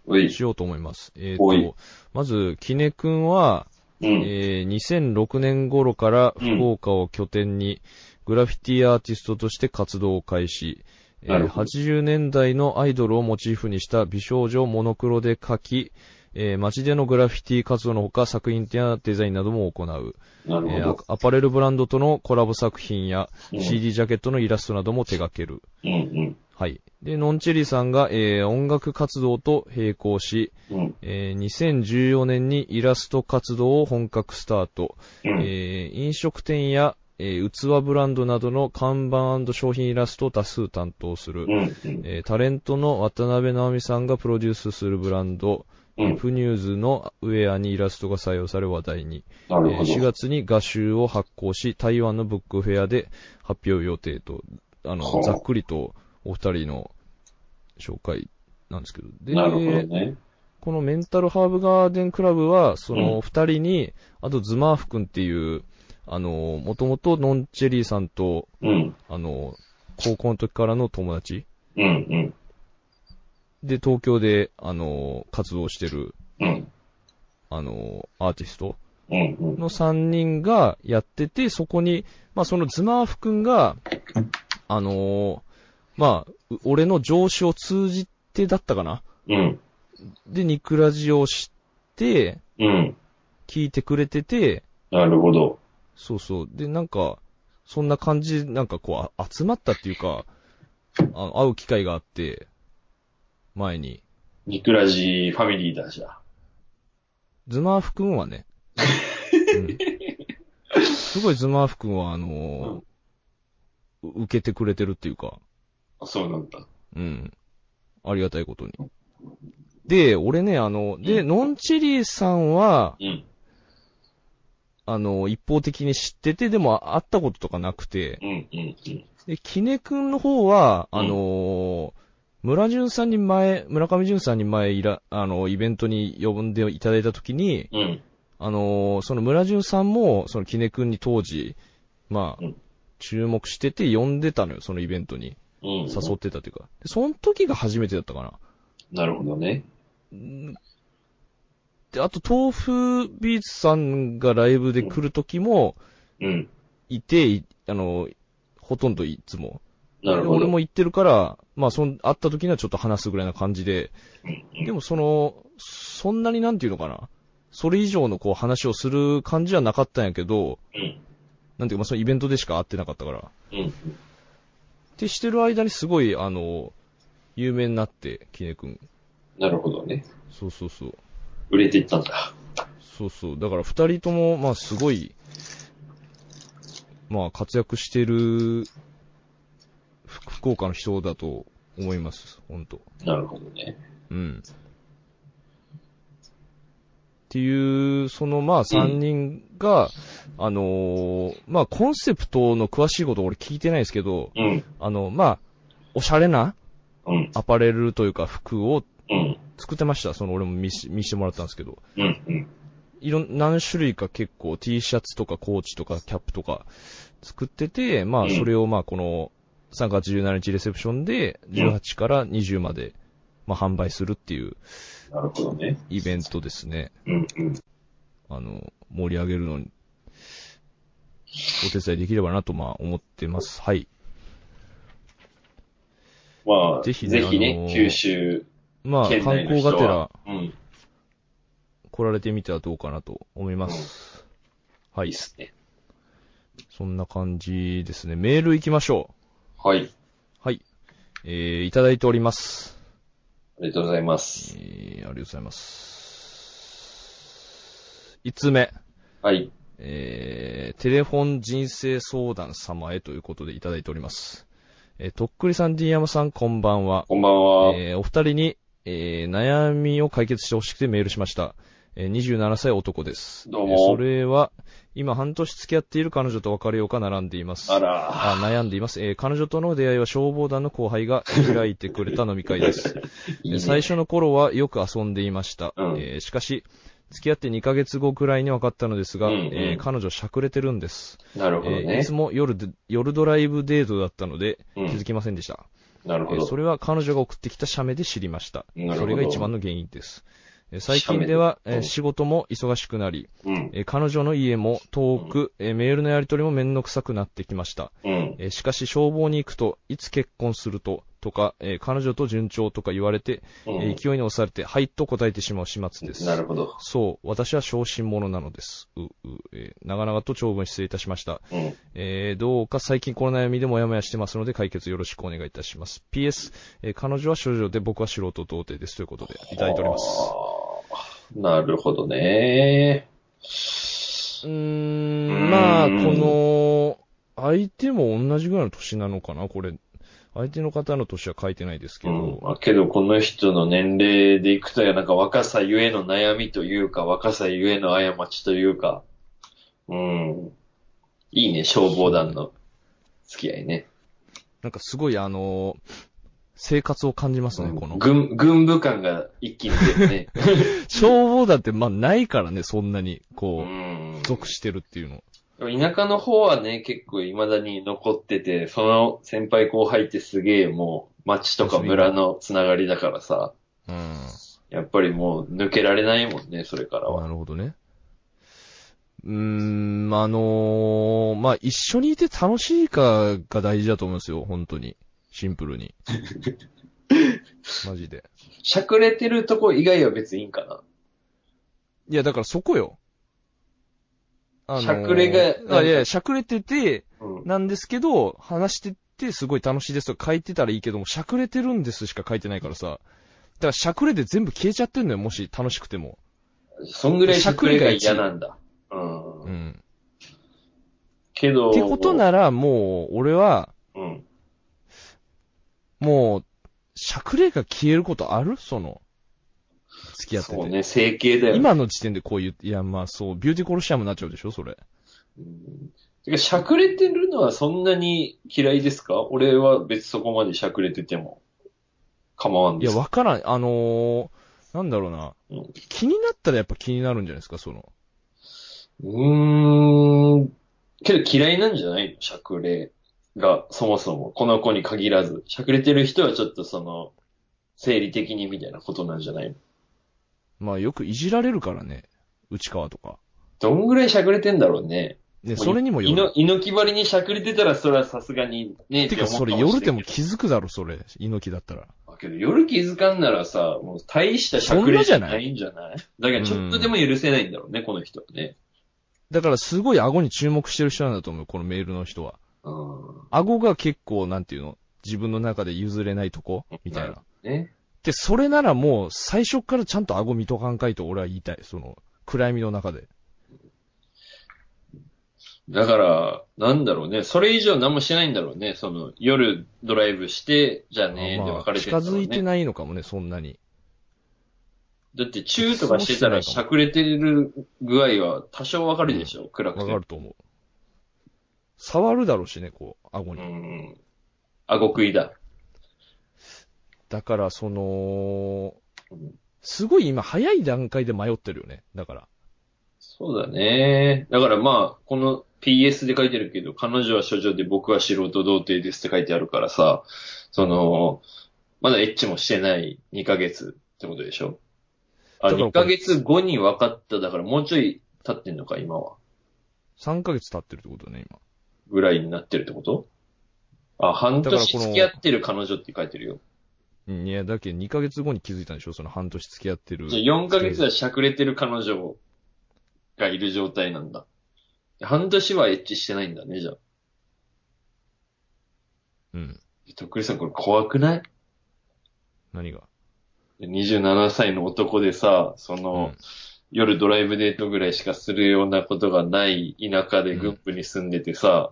[SPEAKER 3] おい。
[SPEAKER 1] しようと思います。えー
[SPEAKER 3] おい
[SPEAKER 1] と、まず、きねくんは、
[SPEAKER 3] うん。
[SPEAKER 1] えー2006年頃から福岡を拠点にグラフィティアーティストとして活動を開始、えー
[SPEAKER 3] なるほど
[SPEAKER 1] 80年代のアイドルをモチーフにした美少女をモノクロで描き、えー街でのグラフィティ活動のほか作品やデザインなども行う、
[SPEAKER 3] な
[SPEAKER 1] え
[SPEAKER 3] るほ
[SPEAKER 1] ー
[SPEAKER 3] ど。
[SPEAKER 1] アアパレルブランドとのコラボ作品や
[SPEAKER 3] うん
[SPEAKER 1] CD ジャケットのイラストなども手掛ける。
[SPEAKER 3] うん
[SPEAKER 1] はい。で、ノンチェリーさんが、えー音楽活動と並行し、
[SPEAKER 3] うん。うん。
[SPEAKER 1] えー2014年にイラスト活動を本格スタート。
[SPEAKER 3] うん。
[SPEAKER 1] えー飲食店や、えー器ブランドなどの看板商品イラストを多数担当する、
[SPEAKER 3] うん。うん。
[SPEAKER 1] えータレントの渡辺直美さんがプロデュースするブランド、
[SPEAKER 3] う
[SPEAKER 1] えー
[SPEAKER 3] ん。
[SPEAKER 1] プニューズのウェアにイラストが採用され話題に、
[SPEAKER 3] な
[SPEAKER 1] え
[SPEAKER 3] る
[SPEAKER 1] ー
[SPEAKER 3] ほ
[SPEAKER 1] 4
[SPEAKER 3] ど。
[SPEAKER 1] 月に画集を発行し、台湾のブックフェアで発表予定と、あ
[SPEAKER 3] ほ
[SPEAKER 1] の、
[SPEAKER 3] う
[SPEAKER 1] ざっくりとお二人の紹介なんですけど。で、
[SPEAKER 3] なるほどね。
[SPEAKER 1] このメンタルハーブガーデンクラブは、そうの
[SPEAKER 3] ん
[SPEAKER 1] 二人に、あとズマーフ君っていう、あの、もともとノンチェリーさんと、
[SPEAKER 3] うん。
[SPEAKER 1] あの、高校の時からの友達
[SPEAKER 3] うん。
[SPEAKER 1] で、東京で、あの、活動してる、
[SPEAKER 3] うん。うん。
[SPEAKER 1] あの、アーティスト
[SPEAKER 3] うん。うん。
[SPEAKER 1] の三人がやってて、そこに、まあそのズマーフ君が、あの、まあ、う俺の上司を通じてだったかな
[SPEAKER 3] うん。
[SPEAKER 1] で、ニクラジを知って、
[SPEAKER 3] うん。
[SPEAKER 1] 聞いてくれてて、
[SPEAKER 3] なるほど。
[SPEAKER 1] そうそう。で、なんか、そんな感じ、なんかこう、あ集まったっていうか、あ会う機会があって、前に。
[SPEAKER 3] ニクラジファミリーだじゃあ。
[SPEAKER 1] ズマーフ君はね、うんすごいズマーフ君は、あのーう受けてくれてるっていうか、
[SPEAKER 3] あそうなんだ。
[SPEAKER 1] うん。ありがたいことに。で、俺ね、あの、で、ノンチェリーさんは、
[SPEAKER 3] うん。
[SPEAKER 1] あの、一方的に知ってて、でも会ったこととかなくて、
[SPEAKER 3] うん。うん。うん。
[SPEAKER 1] で、キネ君の方は、
[SPEAKER 3] うん
[SPEAKER 1] あのー村淳さんに前、村上淳さんに前いら、あの、イベントに呼んでいただいたときに、
[SPEAKER 3] うん。
[SPEAKER 1] あのーその村淳さんも、そのキネ君に当時、まあ
[SPEAKER 3] うん、
[SPEAKER 1] 注目してて呼んでたのよ、そのイベントに。
[SPEAKER 3] うん。
[SPEAKER 1] 誘ってたというか。で、その時が初めてだったかな。
[SPEAKER 3] なるほどね。
[SPEAKER 1] うんで、あと、豆腐ビーツさんがライブで来る時も、
[SPEAKER 3] うん。
[SPEAKER 1] いて、いあの、ほとんどいつも、
[SPEAKER 3] なる
[SPEAKER 1] で
[SPEAKER 3] ほど。
[SPEAKER 1] 俺も行ってるから、まあ、そん、会った時にはちょっと話すぐらいな感じで、
[SPEAKER 3] うん、
[SPEAKER 1] でもその、そんなになんていうのかな。それ以上のこう話をする感じはなかったんやけど、
[SPEAKER 3] うん。
[SPEAKER 1] なんていうか、まあ、そのイベントでしか会ってなかったから。っ
[SPEAKER 3] うん。うん。
[SPEAKER 1] てしてる間にすごい、あの、有名になって、きねくん。
[SPEAKER 3] なるほどね。
[SPEAKER 1] そうそうそう。
[SPEAKER 3] 売れていったんだ。
[SPEAKER 1] そうそう。だから二人とも、まあすごい、まあ活躍してる、ふ福岡の人だと思います。本当
[SPEAKER 3] なるほどね。
[SPEAKER 1] うん。っていう、そのまあ3人が、あのーまあコンセプトの詳しいこと俺聞いてないですけど、
[SPEAKER 3] うん。
[SPEAKER 1] あの、まあ、おしゃれな
[SPEAKER 3] うん。
[SPEAKER 1] アパレルというか服を
[SPEAKER 3] うん。
[SPEAKER 1] 作ってました。その俺も見し見してもらったんですけど。
[SPEAKER 3] うん。うん。
[SPEAKER 1] いろん、何種類か結構 T シャツとかコーチとかキャップとか作ってて、まあ
[SPEAKER 3] うん
[SPEAKER 1] それをまあこの3月17日レセプションで、18から20まで、まあ、販売するっていう
[SPEAKER 3] なるほどね。
[SPEAKER 1] イベントですね。
[SPEAKER 3] うんうん。
[SPEAKER 1] あの、盛り上げるのに、お手伝いできればなと、まあ、思ってます。はい。
[SPEAKER 3] まあ、
[SPEAKER 1] ぜ
[SPEAKER 3] ぜ
[SPEAKER 1] ひ
[SPEAKER 3] ひ
[SPEAKER 1] ね
[SPEAKER 3] ね、
[SPEAKER 1] あのー
[SPEAKER 3] 九州
[SPEAKER 1] まあ、
[SPEAKER 3] 県
[SPEAKER 1] 観
[SPEAKER 3] 内の
[SPEAKER 1] 光
[SPEAKER 3] 人
[SPEAKER 1] がてら
[SPEAKER 3] は、うん、
[SPEAKER 1] 来られてみてはどうかなと思います。はい
[SPEAKER 3] い
[SPEAKER 1] い
[SPEAKER 3] っ。すね。
[SPEAKER 1] そんな感じですね。メール行きましょ
[SPEAKER 3] はい。
[SPEAKER 1] う。はい。えー、いただいております。
[SPEAKER 3] ありがとうございま
[SPEAKER 1] え
[SPEAKER 3] す。
[SPEAKER 1] ー、ありがとうございます。5つ目。
[SPEAKER 3] はい。
[SPEAKER 1] えー、テレフォン人生相談様へということでいただいております。えー、とっくりさん、D 山さん、こんばんは。
[SPEAKER 3] こんばんは。
[SPEAKER 1] えーお二人に、えー悩みを解決してほしくてメールしました。えー27歳男です。
[SPEAKER 3] どうも
[SPEAKER 1] えーそれは、今半年付き合っている彼女と別れようか並んでいます。
[SPEAKER 3] あら、
[SPEAKER 1] あ悩んでいます。えー彼女との出会いは消防団の後輩
[SPEAKER 3] (laughs)
[SPEAKER 1] が開いてくれた飲み会です。
[SPEAKER 3] いいね。
[SPEAKER 1] 最初の頃はよく遊んでいました。
[SPEAKER 3] うん
[SPEAKER 1] えーしかし、付き合って2ヶ月後くらいに分かったのですが、
[SPEAKER 3] うんうん
[SPEAKER 1] えー彼女しゃくれてるんです。
[SPEAKER 3] なるほど
[SPEAKER 1] えーい
[SPEAKER 3] ね
[SPEAKER 1] つ。も夜で、夜ドライブデートだったので、
[SPEAKER 3] う
[SPEAKER 1] 気づ
[SPEAKER 3] ん。
[SPEAKER 1] きませんでした。
[SPEAKER 3] なるほ
[SPEAKER 1] えーそ
[SPEAKER 3] ど。
[SPEAKER 1] れは彼女が送ってきた写メで知りました。
[SPEAKER 3] なる
[SPEAKER 1] そ
[SPEAKER 3] ほど
[SPEAKER 1] れが一番の原因です。えー最近では、
[SPEAKER 3] 写メで
[SPEAKER 1] えー
[SPEAKER 3] うん
[SPEAKER 1] 仕事も忙しくなり、
[SPEAKER 3] うん。
[SPEAKER 1] えー彼女の家も遠く、えーメールのやり取りも面倒くさくなってきました。
[SPEAKER 3] うん。
[SPEAKER 1] えーしかし消防に行くと、いつ結婚すると、とか、えー彼女と順調とか言われて、え
[SPEAKER 3] う
[SPEAKER 1] ー
[SPEAKER 3] ん。
[SPEAKER 1] 勢いに押されて、はいと答えてしまう始末です。
[SPEAKER 3] なるほど。
[SPEAKER 1] そう、私は小心者なのです。う、う、えー長々と長文失礼いたしました。
[SPEAKER 3] うん。
[SPEAKER 1] えーどうか最近この悩みでもやもやしてますので解決よろしくお願いいたします。PS、えー彼女は少女で僕は素人童貞ですということでいただいております。
[SPEAKER 3] あー。なるほどね。
[SPEAKER 1] うーん、まあ、
[SPEAKER 3] うーん
[SPEAKER 1] この、相手も同じぐらいの年なのかなこれ、相手の方の年は書いてないですけ
[SPEAKER 3] う
[SPEAKER 1] ど、
[SPEAKER 3] ん。まあけど、この人の年齢でいくとや、なんか若さゆえの悩みというか、若さゆえの過ちというか、うん。いいね、消防団の付き合いね。
[SPEAKER 1] なんかすごいあの生活を感じますね、この。 (laughs)
[SPEAKER 3] 軍、軍部感が一気に出るね。
[SPEAKER 1] 消防団って、まあ、ないからね、そんなに、(laughs)
[SPEAKER 3] う
[SPEAKER 1] こ
[SPEAKER 3] ん
[SPEAKER 1] う、。属してるっていうの。
[SPEAKER 3] 田舎の方はね、結構未だに残ってて、その先輩後輩ってすげえもう、町とか村のつながりだからさ、
[SPEAKER 1] うん。
[SPEAKER 3] やっぱりもう抜けられないもんね、それからは。
[SPEAKER 1] なるほどね。うーん、あのーまあ、一緒にいて楽しいかが大事だと思うんですよ、本当に。シンプル
[SPEAKER 3] (laughs)
[SPEAKER 1] に。マジで。
[SPEAKER 3] しゃくれてるとこ以外は別にいいんかな。
[SPEAKER 1] いや、だからそこよ。あ
[SPEAKER 3] しゃくれが
[SPEAKER 1] あいやいや、しゃくれてて、
[SPEAKER 3] うん。
[SPEAKER 1] なんですけど、話してて、すごい楽しいですとか書いてたらいいけども、しゃくれてるんですしか書いてないからさ。だからしゃくれで全部消えちゃってんのよ、もし楽しくても。
[SPEAKER 3] そんぐらいしゃくれが嫌なんだ。う。
[SPEAKER 1] うんん。
[SPEAKER 3] けど、
[SPEAKER 1] ってことなら、もう、俺は、
[SPEAKER 3] うん。
[SPEAKER 1] もう、しゃくれが消えることあるその、付き合って
[SPEAKER 3] そう
[SPEAKER 1] て。
[SPEAKER 3] ね、整形だよね。
[SPEAKER 1] 今の時点でこう言って、いや、まあそう、ビューティーコロシアムになっちゃうでしょそれ。
[SPEAKER 3] うんてか、しゃくれてるのはそんなに嫌いですか俺は別にそこまでしゃくれてても構わん
[SPEAKER 1] い
[SPEAKER 3] で
[SPEAKER 1] や、
[SPEAKER 3] す。
[SPEAKER 1] わからん。あのー、なんだろうな
[SPEAKER 3] うん。
[SPEAKER 1] 気になったらやっぱ気になるんじゃないですかその。
[SPEAKER 3] うーん。けど嫌いなんじゃないのしゃくれが、そもそも。この子に限らず。しゃくれてる人はちょっとその、生理的にみたいなことなんじゃないの
[SPEAKER 1] まあよくいじられるからね。内川とか。
[SPEAKER 3] どんぐらいしゃくれてんだろうね。
[SPEAKER 1] ね、それにもよ
[SPEAKER 3] い
[SPEAKER 1] る
[SPEAKER 3] の。猪木張りにしゃくれてたら、それはさすがにね、
[SPEAKER 1] てか、
[SPEAKER 3] って
[SPEAKER 1] そ
[SPEAKER 3] 思う
[SPEAKER 1] れ
[SPEAKER 3] かもし
[SPEAKER 1] 夜
[SPEAKER 3] れんけ
[SPEAKER 1] で
[SPEAKER 3] ど
[SPEAKER 1] も気づくだろ、それ。猪木だったら。
[SPEAKER 3] だけど夜気づかんならさ、もう大したしゃくれじゃないんじゃないだからちょっとでも許せないんだろうね、この人はね。
[SPEAKER 1] だからすごい顎に注目してる人なんだと思う、このメールの人は。
[SPEAKER 3] う
[SPEAKER 1] 顎が結構、なんていうの自分の中で譲れないとこみたい
[SPEAKER 3] なる
[SPEAKER 1] な。
[SPEAKER 3] ん。ね。
[SPEAKER 1] で、それならもう最初からちゃんと顎見とかんかいと俺は言いたい。その、暗闇の中で。
[SPEAKER 3] だから、なんだろうね。それ以上何もしないんだろうね。その、夜ドライブして、じゃあね、で
[SPEAKER 1] ま
[SPEAKER 3] 別
[SPEAKER 1] あ、
[SPEAKER 3] れて
[SPEAKER 1] 近
[SPEAKER 3] るんだろう
[SPEAKER 1] づいて
[SPEAKER 3] ね。
[SPEAKER 1] ないのかもね、そんなに。
[SPEAKER 3] だって、チューとかしてたら、しゃくれてる具合は多少わかるでしょ、暗く
[SPEAKER 1] わ
[SPEAKER 3] て。
[SPEAKER 1] かると思う。触るだろうしね、こう、顎
[SPEAKER 3] う
[SPEAKER 1] に。
[SPEAKER 3] ん。顎食いだ。
[SPEAKER 1] だから、その
[SPEAKER 3] うん、
[SPEAKER 1] すごい今早い段階で迷ってるよね。だから。
[SPEAKER 3] そうだね。だからまあ、この PS で書いてるけど、彼女は処女で僕は素人童貞ですって書いてあるからさ、その、まだエッチもしてない2ヶ月ってことでしょあ、
[SPEAKER 1] だから
[SPEAKER 3] 2ヶ月後に分かった、だからもうちょい経ってんのか、今は。
[SPEAKER 1] 3ヶ月経ってるってことだね、今。
[SPEAKER 3] ぐらいになってるってことあ、半
[SPEAKER 1] だから
[SPEAKER 3] 年
[SPEAKER 1] この
[SPEAKER 3] 付き合ってる彼女って書いてるよ。
[SPEAKER 1] うんいや、だけど2ヶ月後に気づいたんでしょその半年付き合ってる。
[SPEAKER 3] じゃあ4ヶ月はしゃくれてる彼女がいる状態なんだ。半年はエッチしてないんだね、じゃあ。
[SPEAKER 1] うん。
[SPEAKER 3] とっくりさん、これ怖くない
[SPEAKER 1] 何が
[SPEAKER 3] ?27 歳の男でさ、その、
[SPEAKER 1] うん
[SPEAKER 3] 夜ドライブデートぐらいしかするようなことがない田舎で群布に住んでてさ、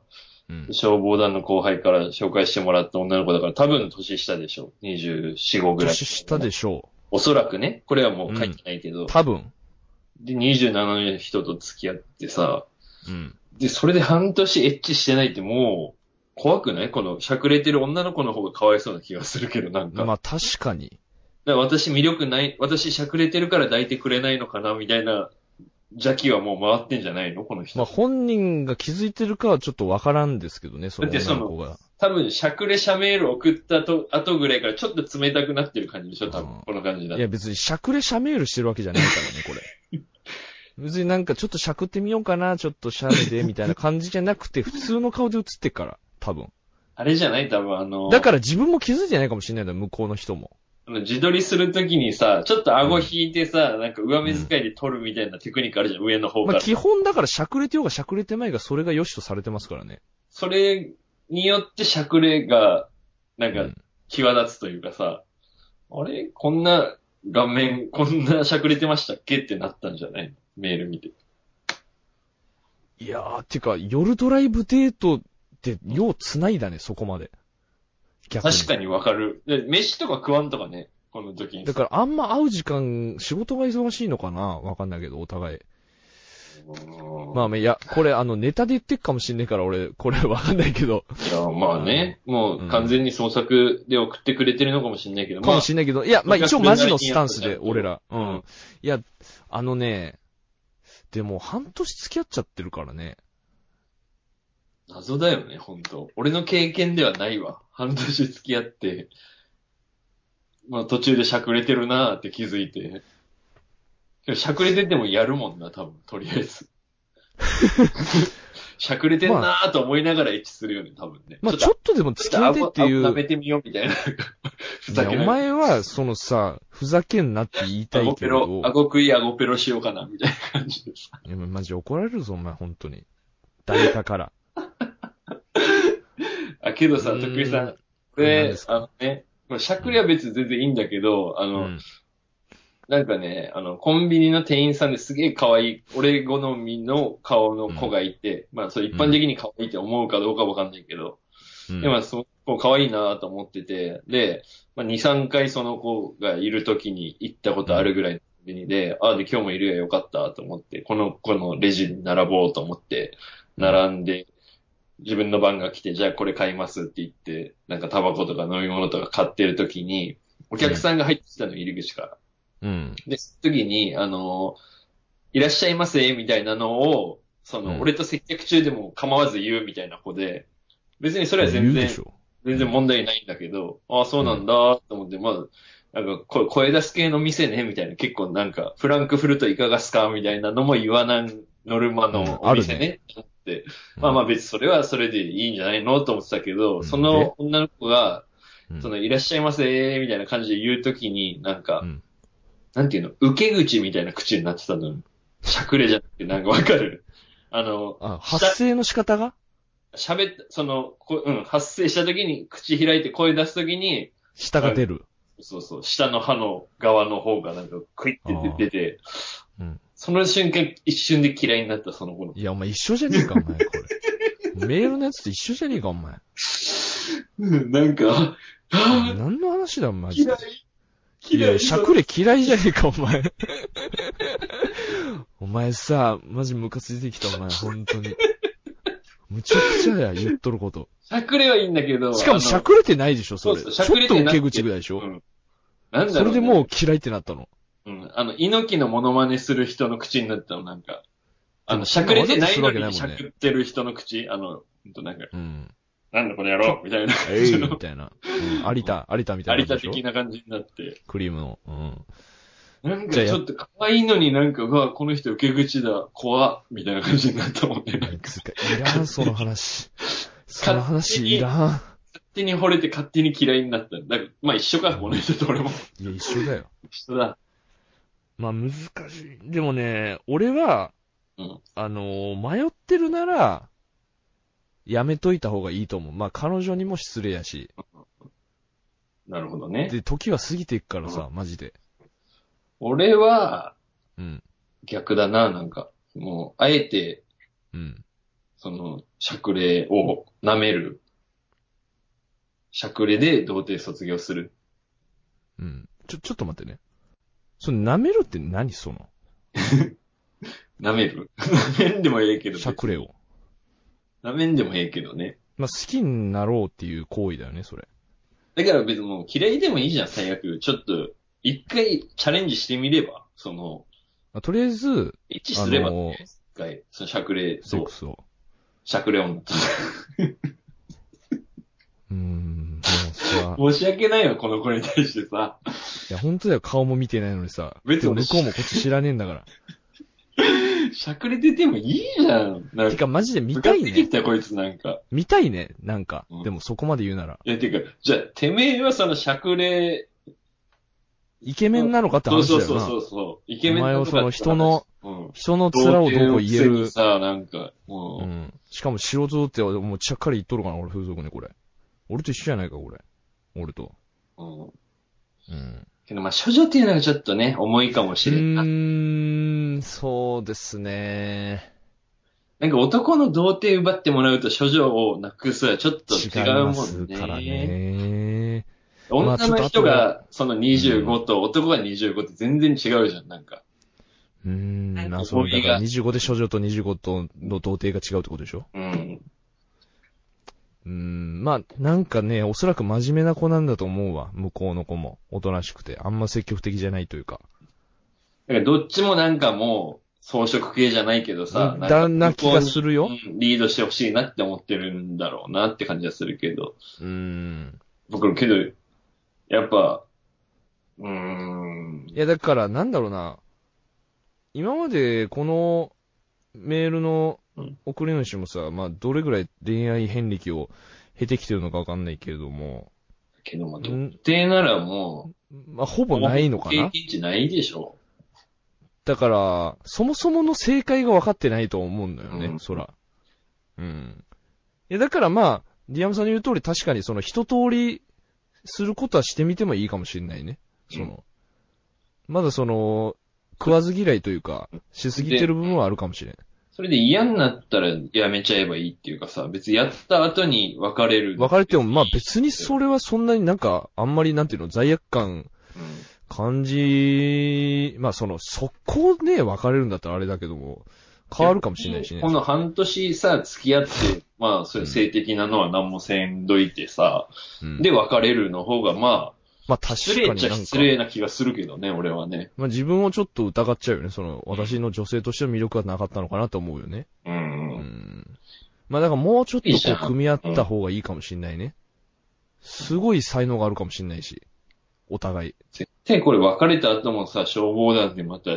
[SPEAKER 1] うん。
[SPEAKER 3] 消防団の後輩から紹介してもらった女の子だから多分年下でしょ。24、5ぐらい。
[SPEAKER 1] 年下でしょ
[SPEAKER 3] おそらくね、これはもう書いてないけど、
[SPEAKER 1] う。多分。
[SPEAKER 3] で、27の人と付き合ってさ、
[SPEAKER 1] うん。
[SPEAKER 3] で、それで半年エッチしてないってもう、怖くないこの、しゃくれてる女の子の方がかわいそうな気がするけど、なんか。
[SPEAKER 1] まあ確かに。
[SPEAKER 3] だから私魅力ない、私しゃくれてるから抱いてくれないのかな、みたいな邪気はもう回ってんじゃないのこの人。
[SPEAKER 1] まあ本人が気づいてるかはちょっとわからんですけどね、その
[SPEAKER 3] だってそ
[SPEAKER 1] 女
[SPEAKER 3] の
[SPEAKER 1] の子が。
[SPEAKER 3] 多分、しゃくれしゃメール送ったと、後ぐらいからちょっと冷たくなってる感じでしょ多
[SPEAKER 1] うん
[SPEAKER 3] 分、この感じだ
[SPEAKER 1] いや
[SPEAKER 3] と。
[SPEAKER 1] 別にしゃくれしゃメールしてるわけじゃないからね、これ。
[SPEAKER 3] (laughs)
[SPEAKER 1] 別になんかちょっとしゃくってみようかな、ちょっとしゃれで、みたいな感じじゃなくて、普通の顔で映ってっから、多分。
[SPEAKER 3] あれじゃない多分、あの、
[SPEAKER 1] だから自分も気づいてないかもしれないんだよ、向こうの人も。
[SPEAKER 3] あの自撮りするときにさ、ちょっと顎引いてさ、なんか上目遣いで撮るみたいなテクニックあるじゃん、上の方
[SPEAKER 1] まあ
[SPEAKER 3] から。
[SPEAKER 1] 基本だからしゃくれてようがしゃくれてまいがそれが良しとされてますからね。
[SPEAKER 3] それによってしゃくれが、なん
[SPEAKER 1] う
[SPEAKER 3] か
[SPEAKER 1] ん、
[SPEAKER 3] 際立つというかさ、あれこんな顔面、こんなしゃくれてましたっけってなったんじゃないメール見て。
[SPEAKER 1] いやー、てか、夜ドライブデートって、よう繋いだね、そこまで。逆に。
[SPEAKER 3] 確かにわかる。で飯とか食わんとかね、この時に
[SPEAKER 1] だ
[SPEAKER 3] さ。
[SPEAKER 1] から、あんま会う時間、仕事が忙しいのかなわかんないけど、お互い。
[SPEAKER 3] うん
[SPEAKER 1] まあまあ、いや、これ、あの、ネタで言ってっかもしんねえから、俺、これわかんないけど、
[SPEAKER 3] いや、まあね、もう完全に創作で送ってくれてるのかもしれないけど、
[SPEAKER 1] か
[SPEAKER 3] まあ
[SPEAKER 1] も、しんないけど、いや、まあ一応マジのスタンス
[SPEAKER 3] い
[SPEAKER 1] で、
[SPEAKER 3] や
[SPEAKER 1] 俺ら。う
[SPEAKER 3] うんん。
[SPEAKER 1] いや、あのね、でも、半年付き合っちゃってるからね。
[SPEAKER 3] 謎だよね、本当俺の経験ではないわ。半年付き合って、まあ途中でしゃくれてるなーって気づいて。でもしゃくれててもやるもんな、多分、とりあ
[SPEAKER 1] (laughs)
[SPEAKER 3] えず。しゃくれてんなーと思いながらエッチするよね、多分ね。
[SPEAKER 1] まあち
[SPEAKER 3] ょっ
[SPEAKER 1] ょっとでも
[SPEAKER 3] と
[SPEAKER 1] 付き合ってってい
[SPEAKER 3] ちょっと顎舐
[SPEAKER 1] う。
[SPEAKER 3] めてみようみたいな。ふ
[SPEAKER 1] い
[SPEAKER 3] ざ
[SPEAKER 1] や、
[SPEAKER 3] け
[SPEAKER 1] お
[SPEAKER 3] ない。
[SPEAKER 1] 前は、そのさ、ふざけんなって言いた
[SPEAKER 3] 顎
[SPEAKER 1] いけ
[SPEAKER 3] ペ
[SPEAKER 1] れ
[SPEAKER 3] (laughs) ロ
[SPEAKER 1] ど、。
[SPEAKER 3] 顎食い、顎ペロしようかな、みたいな感じです。
[SPEAKER 1] いや、マジ怒られるぞ、お前、本当に。誰かから。
[SPEAKER 3] あ、けどさ、
[SPEAKER 1] うん
[SPEAKER 3] 徳井さん、こ
[SPEAKER 1] 何
[SPEAKER 3] れ
[SPEAKER 1] です、か
[SPEAKER 3] あのね、これしゃくりは別に全然いいんだけど、あ
[SPEAKER 1] う
[SPEAKER 3] の、
[SPEAKER 1] ん。
[SPEAKER 3] なんかね、あの、コンビニの店員さんですげえ可愛い、俺好みの顔の子がいて、まあ、それ一般的に可愛いって思うかどうかわかんないけど、
[SPEAKER 1] うん
[SPEAKER 3] で、まあ、その子可愛いなと思ってて、で、まあ、2、3回その子がいる時に行ったことあるぐらいのコンビニで、ああ、で、今日もいるよ、よかったと思って、この子のレジに並ぼうと思って、並んで、自分の番が来て、じゃあこれ買いますって言って、なんかタバコとか飲み物とか買ってる時に、お客さんが入ってきたの、入り口から。
[SPEAKER 1] うん。
[SPEAKER 3] で、その時に、あの、いらっしゃいませ、みたいなのを、その、
[SPEAKER 1] うん
[SPEAKER 3] 俺と接客中でも構わず言うみたいな子で、別にそれは
[SPEAKER 1] 言
[SPEAKER 3] 全
[SPEAKER 1] うで
[SPEAKER 3] 然
[SPEAKER 1] し、ょ。
[SPEAKER 3] 全然問題ないんだけど、ああ、そうなんだ、と思って、まあ、なんか声、声出す系の店ね、みたいな、結構なんか、フランクフルトいかがっすか、みたいなのも言わないノルマの
[SPEAKER 1] うん
[SPEAKER 3] お
[SPEAKER 1] あ
[SPEAKER 3] 店
[SPEAKER 1] る
[SPEAKER 3] ね。ってまあまあ別にそれはそれでいいんじゃないのと思ってたけど、
[SPEAKER 1] ん
[SPEAKER 3] そ
[SPEAKER 1] で
[SPEAKER 3] の女の子が、
[SPEAKER 1] うん
[SPEAKER 3] その、いらっしゃいませ、みたいな感じで言うときに、なんか、
[SPEAKER 1] うん
[SPEAKER 3] なんていうの、受け口みたいな口になってたのよ。しゃくれじゃなくて、なんかわかるあの、
[SPEAKER 1] あ、発声の仕方が
[SPEAKER 3] 喋った、その、こうん、発生したときに、口開いて声出すときに、
[SPEAKER 1] 舌が出る。
[SPEAKER 3] そうそう、下の歯の側の方がなんか、クイッて出て、
[SPEAKER 1] うん。
[SPEAKER 3] その瞬間、一瞬で嫌いになった、その子の。
[SPEAKER 1] いや、お前一緒じゃねえか、お前、これ。
[SPEAKER 3] (laughs)
[SPEAKER 1] メールのやつと一緒じゃねえか、お前。
[SPEAKER 3] うんなんか、あ
[SPEAKER 1] 何の話だ、お前。
[SPEAKER 3] 嫌い、
[SPEAKER 1] い
[SPEAKER 3] 嫌い
[SPEAKER 1] や、しゃくれ嫌いじゃねえか、お
[SPEAKER 3] (laughs)
[SPEAKER 1] 前。お前さ、マジムカついてきた、お前、本当に。むちゃくちゃや、言っとること。
[SPEAKER 3] しゃくれはいいんだけど、
[SPEAKER 1] しかも、しゃくれてないでしょ、それ。
[SPEAKER 3] そ
[SPEAKER 1] ち
[SPEAKER 3] う
[SPEAKER 1] ょ
[SPEAKER 3] そうしゃく
[SPEAKER 1] っ
[SPEAKER 3] れ
[SPEAKER 1] と
[SPEAKER 3] てな
[SPEAKER 1] 受
[SPEAKER 3] くて
[SPEAKER 1] け口ぐらいでしょ
[SPEAKER 3] う。んあのなんだ
[SPEAKER 1] そ
[SPEAKER 3] ろう
[SPEAKER 1] れ
[SPEAKER 3] ね
[SPEAKER 1] でもう嫌いってなったの。
[SPEAKER 3] うん。あの、猪木のモノマネする人の口になったの、なんか。あの、しゃくれてないの
[SPEAKER 1] わざ
[SPEAKER 3] に
[SPEAKER 1] とす
[SPEAKER 3] し
[SPEAKER 1] るわけないもんね
[SPEAKER 3] ゃくってる人の口、あの、ほんとなんか、 (laughs)
[SPEAKER 1] うん。
[SPEAKER 3] なんだこの野郎みたいな感
[SPEAKER 1] え
[SPEAKER 3] じ
[SPEAKER 1] い
[SPEAKER 3] の
[SPEAKER 1] み、たいな。うん。有田、有田みたい
[SPEAKER 3] 有
[SPEAKER 1] な感じ
[SPEAKER 3] 田
[SPEAKER 1] でし
[SPEAKER 3] 的
[SPEAKER 1] ょ。
[SPEAKER 3] な感じになって。
[SPEAKER 1] クリームの。うん。
[SPEAKER 3] なんか
[SPEAKER 1] じゃあや
[SPEAKER 3] ちょっと可愛いのになんか、うわ、この人受け口だ、怖っみたいな感じになっ
[SPEAKER 1] (laughs)
[SPEAKER 3] たもんね。勝
[SPEAKER 1] つうかいらん、その話。その話いらん。
[SPEAKER 3] 手に惚れて勝手に嫌いになった。だからまあ一緒か、この人と俺も。
[SPEAKER 1] いや、 (laughs) 一緒だよ。
[SPEAKER 3] 一緒だ。
[SPEAKER 1] まあ難しい。でもね、俺は、
[SPEAKER 3] うん
[SPEAKER 1] あのー、迷ってるなら、やめといた方がいいと思う。まあ彼女にも失礼やし。
[SPEAKER 3] なるほどね。
[SPEAKER 1] で、時は過ぎていくからさ、マジで。
[SPEAKER 3] 俺は、
[SPEAKER 1] うん。
[SPEAKER 3] 逆だな、なんか。もう、あえて、
[SPEAKER 1] うん。
[SPEAKER 3] その、しゃくれを舐める。しゃくれで童貞卒業する。
[SPEAKER 1] うん。ちょ、ちょっと待ってね。その舐めるって何その、
[SPEAKER 3] 舐める舐めんでもええけど、ね
[SPEAKER 1] し、ゃくれを。
[SPEAKER 3] 舐めんでもええけどね。
[SPEAKER 1] まあ好きになろうっていう行為だよね、それ。
[SPEAKER 3] だから別にもう嫌いでもいいじゃん、最悪。ちょっと、一回チャレンジしてみれば。その、
[SPEAKER 1] まあ、とりあえず、
[SPEAKER 3] 一致
[SPEAKER 1] あ
[SPEAKER 3] すれば、
[SPEAKER 1] のー、
[SPEAKER 3] 一回、そのしゃくれ、
[SPEAKER 1] セ
[SPEAKER 3] そ
[SPEAKER 1] ッ
[SPEAKER 3] う
[SPEAKER 1] ク、スを。
[SPEAKER 3] しゃくれ女。
[SPEAKER 1] うーん、もうさ、
[SPEAKER 3] 申し訳ないよ、この子に対してさ。
[SPEAKER 1] いや、本当だよ、顔も見てないのにさ。
[SPEAKER 3] 別
[SPEAKER 1] でも
[SPEAKER 3] に俺
[SPEAKER 1] 向こうもこっち知らねえんだから。
[SPEAKER 3] しゃくれ出てもいいじゃん。なん (laughs)
[SPEAKER 1] て
[SPEAKER 3] か、
[SPEAKER 1] か、マジで見たい
[SPEAKER 3] 向かって
[SPEAKER 1] ね
[SPEAKER 3] き。たこいつなんか。
[SPEAKER 1] 見たいね、なんか。
[SPEAKER 3] うん
[SPEAKER 1] でも、そこまで言うなら。
[SPEAKER 3] いや、てか、じゃあ、てめえはそのしゃくれ、
[SPEAKER 1] イケメンなのかって話だ
[SPEAKER 3] そ
[SPEAKER 1] よ
[SPEAKER 3] う
[SPEAKER 1] な。
[SPEAKER 3] そうそうそう。イケメン
[SPEAKER 1] お前
[SPEAKER 3] と
[SPEAKER 1] を
[SPEAKER 3] か
[SPEAKER 1] その人の、
[SPEAKER 3] うん。
[SPEAKER 1] 人の面をどうこう言え
[SPEAKER 3] 童貞のくせに
[SPEAKER 1] る。
[SPEAKER 3] さ、なんか、もう
[SPEAKER 1] う、ん。しかも、素人って、もうちゃっかり言っとるかな、俺、風俗ね、これ。俺と一緒じゃないか、これ。俺と。
[SPEAKER 3] うん。
[SPEAKER 1] うん。
[SPEAKER 3] けど、まあ、処女っていうのがちょっとね、重いかもしれんな
[SPEAKER 1] う
[SPEAKER 3] い。
[SPEAKER 1] ーん、そうですね。
[SPEAKER 3] なんか男の童貞奪ってもらうと処女をなくすはちょっと
[SPEAKER 1] 違
[SPEAKER 3] 違
[SPEAKER 1] いうま
[SPEAKER 3] も
[SPEAKER 1] す
[SPEAKER 3] んね。
[SPEAKER 1] からね。まあ
[SPEAKER 3] 女
[SPEAKER 1] ちょっと
[SPEAKER 3] の人がその
[SPEAKER 1] う
[SPEAKER 3] 25と男が25って全然違うじゃん、なんか。
[SPEAKER 1] うーん、まあ、
[SPEAKER 3] 思い
[SPEAKER 1] そう、だから
[SPEAKER 3] が
[SPEAKER 1] 25で処女と25との童貞が違うってことでしょ
[SPEAKER 3] うん。
[SPEAKER 1] うーん、まあ、なんかね、おそらく真面目な子なんだと思うわ。向こうの子も。おとなしくて。あんま積極的じゃないというか。
[SPEAKER 3] だからどっちもなんかもう、装飾系じゃないけど
[SPEAKER 1] う
[SPEAKER 3] さ、
[SPEAKER 1] んだんな気が
[SPEAKER 3] る
[SPEAKER 1] するよ。
[SPEAKER 3] リードしてほしいなって思ってるんだろうなって感じはするけど。
[SPEAKER 1] うーん。
[SPEAKER 3] 僕、けど、やっぱ、うーん。
[SPEAKER 1] いや、だから、なんだろうな。今まで、この、メールの
[SPEAKER 3] うん
[SPEAKER 1] 送り主もさ、まあ、どれぐらい恋愛遍歴を経てきてるのかわかんないけれども、
[SPEAKER 3] けども、
[SPEAKER 1] う
[SPEAKER 3] 童
[SPEAKER 1] ん
[SPEAKER 3] 貞ならも
[SPEAKER 1] まあ、ほ
[SPEAKER 3] う、
[SPEAKER 1] ぼないのか
[SPEAKER 3] 経
[SPEAKER 1] な
[SPEAKER 3] 験値ないでしょ。
[SPEAKER 1] だから、そもそもの正解が分かってないと思うんだよね、
[SPEAKER 3] うん
[SPEAKER 1] そら。うん。いや、だからまあ、ディアムさんの言う通り確かにその一通りすることはしてみてもいいかもしれないね。その、まだその、食わず嫌いというか、しすぎてる部分はあるかもしれん。
[SPEAKER 3] それで嫌になったらやめちゃえばいいっていうかさ、別にやった後に別れる。
[SPEAKER 1] 別れても、まあ別に
[SPEAKER 3] う
[SPEAKER 1] それはそんなになんか、あんまりなんていうの、罪悪感
[SPEAKER 3] ん。
[SPEAKER 1] 感じ、まあその、速攻ね、別れるんだったらあれだけども、変わるかもしれないしね。
[SPEAKER 3] この半年さ、付き合って、まあ、そういう性的なのは何もせんどいてさ、
[SPEAKER 1] うん
[SPEAKER 3] で別れるの方が、まあ、
[SPEAKER 1] まあ確
[SPEAKER 3] 失
[SPEAKER 1] かにな
[SPEAKER 3] 礼っ
[SPEAKER 1] ん
[SPEAKER 3] ち
[SPEAKER 1] か
[SPEAKER 3] ゃ。失礼な気がするけどね、俺はね。
[SPEAKER 1] まあ、自分をちょっと疑っちゃうよね。その、私の女性としての魅力はなかったのかなと思うよね。
[SPEAKER 3] う。
[SPEAKER 1] うんん。まあ、だからもうちょっと
[SPEAKER 3] い
[SPEAKER 1] こ
[SPEAKER 3] いじゃん
[SPEAKER 1] う、組み合った方がいいかもしんないね。すごい才能があるかもしんないし。お互い。
[SPEAKER 3] 絶対これ別れた後もさ、消防団でまた、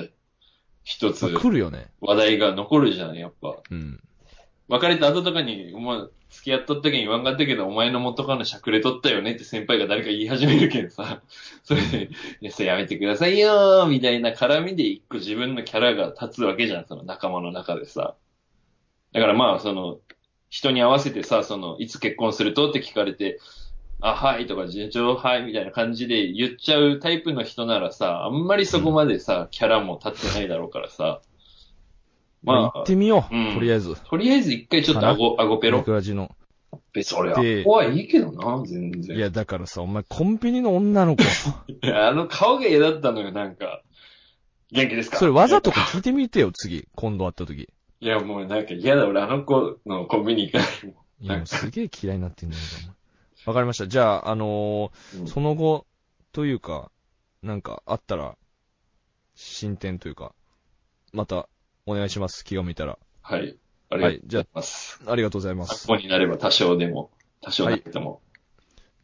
[SPEAKER 3] 一
[SPEAKER 1] ま
[SPEAKER 3] つ
[SPEAKER 1] あ、来るよね。
[SPEAKER 3] 話題が残るじゃん、やっぱ。
[SPEAKER 1] うん。
[SPEAKER 3] 別れた後とかに、お前、付き合っとったけん言わんかったけど、お前の元からのしゃくれとったよねって先輩が誰か言い始めるけんさ、 (laughs) それで、いや、それやめてくださいよー、みたいな絡みで一個自分のキャラが立つわけじゃん、その仲間の中でさ。だからまあ、その、人に合わせてさ、その、いつ結婚するとって聞かれて、あ、はいとか、順調、はい、みたいな感じで言っちゃうタイプの人ならさ、あんまりそこまでさ、キャラも立ってないだろうからさ。
[SPEAKER 1] まあ、
[SPEAKER 3] ま
[SPEAKER 1] 行
[SPEAKER 3] あ
[SPEAKER 1] って、みよう。
[SPEAKER 3] うん
[SPEAKER 1] とりあえず。
[SPEAKER 3] とりあえず一回ちょっと顎、顎ペロ
[SPEAKER 1] 僕ラジの。
[SPEAKER 3] 別それは
[SPEAKER 1] で。
[SPEAKER 3] 怖いいけどな、全
[SPEAKER 1] い
[SPEAKER 3] 然。
[SPEAKER 1] や、だからさ、お前、コンビニの女 (laughs) の子。
[SPEAKER 3] あの顔が嫌だったのよ、なんか。元気ですか
[SPEAKER 1] それわざとか聞いてみてよ、次。今度会った時。
[SPEAKER 3] いや、もうなんか嫌だ、俺あの子のコンビニ行かないも
[SPEAKER 1] いや、もうすげえ嫌いになってんだよ、お前わかりました。じゃあ、あのー
[SPEAKER 3] ん。
[SPEAKER 1] その後、というか、なんかあったら、進展というか、またお願いします。気が向いたら。
[SPEAKER 3] はい。ありが
[SPEAKER 1] は
[SPEAKER 3] とう
[SPEAKER 1] い。じゃ
[SPEAKER 3] ございます。
[SPEAKER 1] あ、ありがとうございま
[SPEAKER 3] 参
[SPEAKER 1] す。
[SPEAKER 3] 考になれば多少でも、多少なくても。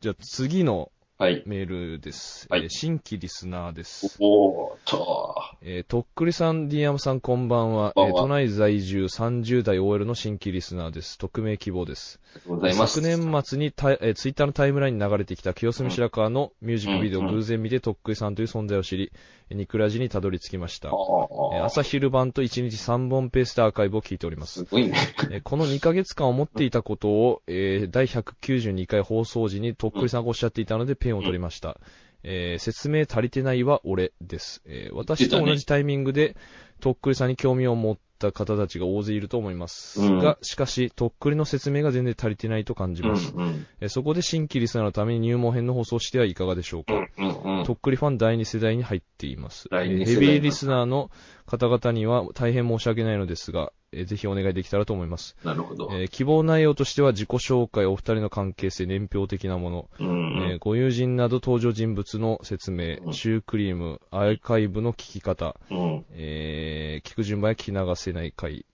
[SPEAKER 1] じゃあ、次の
[SPEAKER 3] はい。
[SPEAKER 1] メールです。
[SPEAKER 3] は
[SPEAKER 1] え
[SPEAKER 3] い
[SPEAKER 1] ー新規リスナーです。
[SPEAKER 3] おーっと。
[SPEAKER 1] えーとっくりさん、ディアムさん、こんばんは。
[SPEAKER 3] こ
[SPEAKER 1] え
[SPEAKER 3] んばん
[SPEAKER 1] ー
[SPEAKER 3] は
[SPEAKER 1] 都内在住30代 OL の新規リスナーです。匿名希望です。
[SPEAKER 3] ありがとうございます。
[SPEAKER 1] 昨年末にタイ、えーツイッターのタイムラインに流れてきた清澄白河のミュージックビデオ
[SPEAKER 3] うん
[SPEAKER 1] を偶然見て、とっくりさんという存在を知り、えーニクラジにたどり着きました。えー
[SPEAKER 3] ああ、
[SPEAKER 1] 朝昼晩と1日3本ペースでアーカイブを聞いておりますす。
[SPEAKER 3] ごい
[SPEAKER 1] (laughs)
[SPEAKER 3] ね。
[SPEAKER 1] えーこの2ヶ月間思っていたことを、えー第192回放送時にとっくりさんがおっしゃっていたのでペンを取りました。えー説明足りてないは俺です。えー私と同じタイミングでとっくりさんに興味を持った方たちが大勢いると思いますが、しかし、とっくりの説明が全然足りてないと感じ
[SPEAKER 3] うん
[SPEAKER 1] ます。
[SPEAKER 3] うん
[SPEAKER 1] えーそこで新規リスナーのために入門編の放送をしてはいかがでしょうか
[SPEAKER 3] う。んうんうん
[SPEAKER 1] とっくりファン第2世代に入っています。え
[SPEAKER 3] 第二
[SPEAKER 1] ー
[SPEAKER 3] 世代
[SPEAKER 1] ヘビーリスナーの方々には大変申し訳ないのですが、えーぜひお願いできたらと思います。
[SPEAKER 3] なるほど。
[SPEAKER 1] えー希望内容としては自己紹介、お二人の関係性、年表的なもの、
[SPEAKER 3] う
[SPEAKER 1] えー
[SPEAKER 3] ん
[SPEAKER 1] ご友人など登場人物の説明、シュークリーム、アーカイブの聞き方、
[SPEAKER 3] うん
[SPEAKER 1] えー聞く順番や聞き流せない回、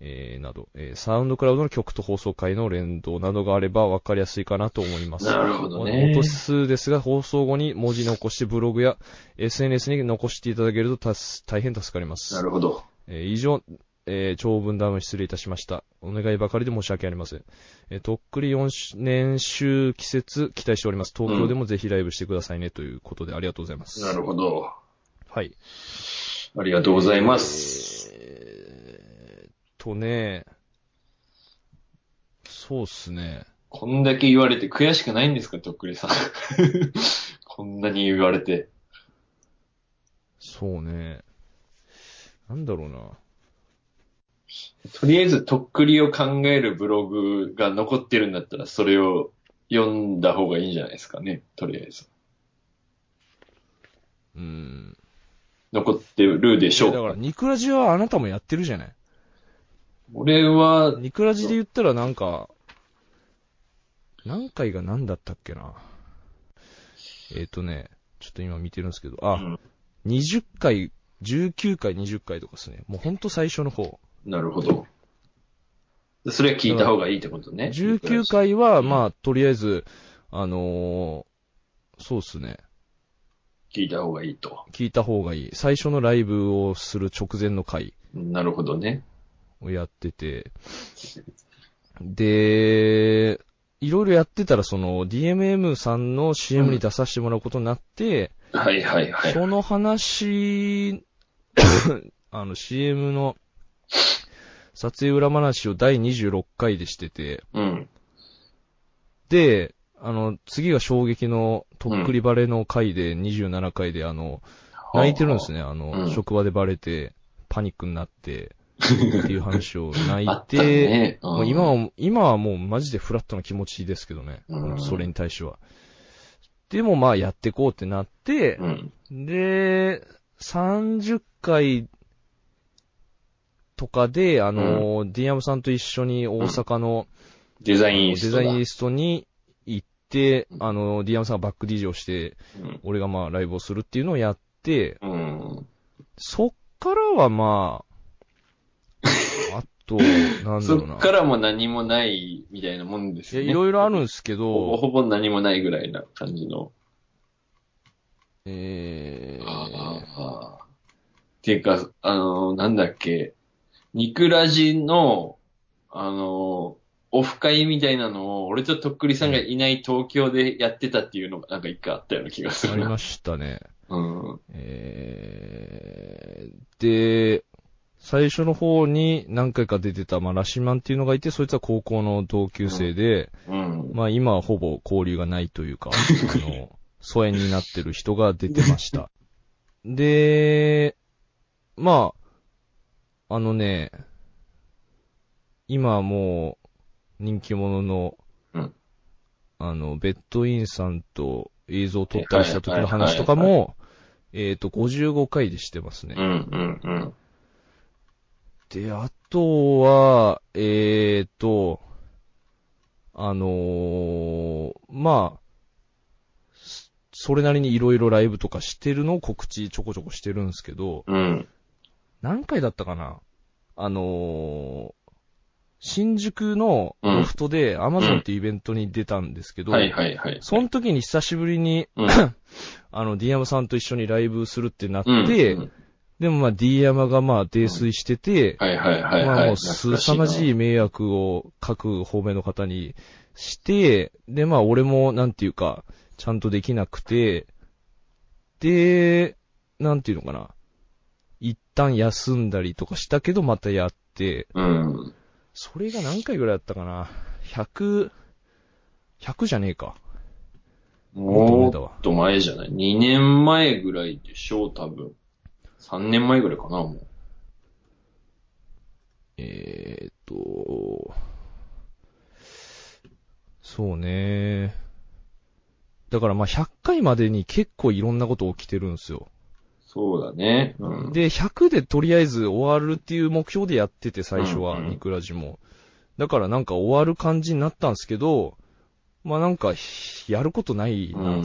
[SPEAKER 1] えーなど、えーサウンドクラウドの曲と放送回の連動などがあれば分かりやすいかなと思います。
[SPEAKER 3] なるほどね
[SPEAKER 1] お音数ですが、放送後に文字に起こしてブログや SNS に残していただけるとたす大変助かりま
[SPEAKER 3] な
[SPEAKER 1] す。
[SPEAKER 3] るほど。
[SPEAKER 1] えー以上、えー長文ダウン失礼いたしました。お願いばかりで申し訳ありません。えーとっくり4年周季節期待しております。東京でもぜひライブしてくださいね、ということでありがとうございます。
[SPEAKER 3] なるほど。
[SPEAKER 1] はい。
[SPEAKER 3] ありがとうございます。
[SPEAKER 1] えーっとね、そうっすね。
[SPEAKER 3] こんだけ言われて悔しくないんですか、とっくりさん。 (laughs) こんなに言われて。
[SPEAKER 1] そうね。なんだろうな。
[SPEAKER 3] とりあえず、とっくりを考えるブログが残ってるんだったら、それを読んだ方がいいんじゃないですかね、とりあえず。
[SPEAKER 1] うん。
[SPEAKER 3] 残ってるでし
[SPEAKER 1] だ
[SPEAKER 3] ょう
[SPEAKER 1] か、
[SPEAKER 3] から
[SPEAKER 1] ニクラジはあなたもやってるじゃない。
[SPEAKER 3] 俺は、
[SPEAKER 1] ニクラジで言ったらなんか、何回が何だったっけな。えーっ、とね、ちょっと今見てるんですけど、あ、
[SPEAKER 3] うん
[SPEAKER 1] 20回、19回、20回とかですね。もうほんと最初の方。
[SPEAKER 3] なるほど。それは聞いた方がいいってことね。
[SPEAKER 1] 19回は、まあ、とりあえず、あのーそうですね。
[SPEAKER 3] 聞いた方がいいと。
[SPEAKER 1] 聞いた方がいい。最初のライブをする直前の回
[SPEAKER 3] なるほどね。
[SPEAKER 1] をやってて。で、いろいろやってたら、その、DMM さんの CM に出させてもらうことになって、
[SPEAKER 3] はいはいはい。
[SPEAKER 1] その話、あの、CM の、撮影裏話を第26回でしてて、
[SPEAKER 3] うん。
[SPEAKER 1] で、あの、次が衝撃のとっくりバレの回で、27回で、あの、泣いてるんです
[SPEAKER 3] ね。
[SPEAKER 1] ね。あの、
[SPEAKER 3] うん
[SPEAKER 1] 職場でバレて、パニックにな
[SPEAKER 3] (laughs)
[SPEAKER 1] って、っていう話を泣い
[SPEAKER 3] あった
[SPEAKER 1] て、
[SPEAKER 3] ね。
[SPEAKER 1] もう今は、今はもうマジでフラットな気持ちですけどね。
[SPEAKER 3] うん
[SPEAKER 1] それに対しては。でもまあやってこうってなって
[SPEAKER 3] う、ん。
[SPEAKER 1] で、30回とかで、あの、ディアムさんと一緒に大阪の、
[SPEAKER 3] デザインス
[SPEAKER 1] デ
[SPEAKER 3] ト
[SPEAKER 1] ザ
[SPEAKER 3] だ
[SPEAKER 1] イニストに行って
[SPEAKER 3] う、ん
[SPEAKER 1] あの、ディアムさんがバック DJ をして、
[SPEAKER 3] うん
[SPEAKER 1] 俺がまあライブをするっていうのをやって、
[SPEAKER 3] うん。
[SPEAKER 1] そっからはま
[SPEAKER 3] (laughs)
[SPEAKER 1] あ、あと、なんだ
[SPEAKER 3] そ
[SPEAKER 1] ろうな。
[SPEAKER 3] っからも何もないみたいなもんです
[SPEAKER 1] いや、
[SPEAKER 3] よね。
[SPEAKER 1] いろいろあるん
[SPEAKER 3] ん
[SPEAKER 1] ですけ
[SPEAKER 3] ほぼ
[SPEAKER 1] ど、
[SPEAKER 3] ほぼ何もないぐらいな感じの。
[SPEAKER 1] えー、
[SPEAKER 3] ああっていうか、あの、なんだっけ、ニクラジの、あの、オフ会みたいなのを、俺ととっくりさんがいない東京でやってたっていうのが、なんか一回あったような気がする
[SPEAKER 1] あ
[SPEAKER 3] な。
[SPEAKER 1] りましたね。
[SPEAKER 3] うん。
[SPEAKER 1] えー、で、最初の方に何回か出てた、まあ、ラシマンっていうのがいて、そいつは高校の同級生で、
[SPEAKER 3] うん。
[SPEAKER 1] まあ今はほぼ交流がないという
[SPEAKER 3] (laughs)
[SPEAKER 1] か、あの、疎遠になってる人が出てま
[SPEAKER 3] (laughs)
[SPEAKER 1] した。で、まあ、あのね、今はもう人気者の、
[SPEAKER 3] うん
[SPEAKER 1] あの、ベッドインさんと映像を撮ったりした時の話とか
[SPEAKER 3] はいは
[SPEAKER 1] も、えっ、と、55回でしてますね。
[SPEAKER 3] うん、うん、うん。
[SPEAKER 1] で、あとは、えーと、あのーまあ、そそれなりにいろいろライブとかしてるのを告知ちょこちょこしてるんですけど、
[SPEAKER 3] うん。
[SPEAKER 1] 何回だったかなあのー新宿のロフトで Amazon っていうイベントに出たんですけど、
[SPEAKER 3] はいはいはい。
[SPEAKER 1] その時に久しぶりに、
[SPEAKER 3] うん
[SPEAKER 1] あの、D 山さんと一緒にライブするってなって、
[SPEAKER 3] うんうん
[SPEAKER 1] でもまあ D 山がまあ泥酔してて、
[SPEAKER 3] はいはいはいはい。
[SPEAKER 1] まあもう
[SPEAKER 3] 懐
[SPEAKER 1] す
[SPEAKER 3] かしい
[SPEAKER 1] さ
[SPEAKER 3] な
[SPEAKER 1] まじい迷惑を各方面の方にして、でまあ俺もなんていうか、ちゃんとできなくて、で、なんていうのかな。一旦休んだりとかしたけどまたやって、
[SPEAKER 3] うん。
[SPEAKER 1] それが何回ぐらいだったかな。100、100じゃねえか。
[SPEAKER 3] も
[SPEAKER 1] っと前だわ
[SPEAKER 3] っと前じゃない。2年前ぐらいでしょう、多分。3年前ぐらいかな、もう。
[SPEAKER 1] えーっと、そうね。だからまあ100回までに結構いろんなこと起きてるんですよ。
[SPEAKER 3] そうだね。うん。
[SPEAKER 1] で、100でとりあえず終わるっていう目標でやってて、最初は、
[SPEAKER 3] うんうん
[SPEAKER 1] ニクラジも。だからなんか終わる感じになったんですけど、まあなんか、やることないな、
[SPEAKER 3] うん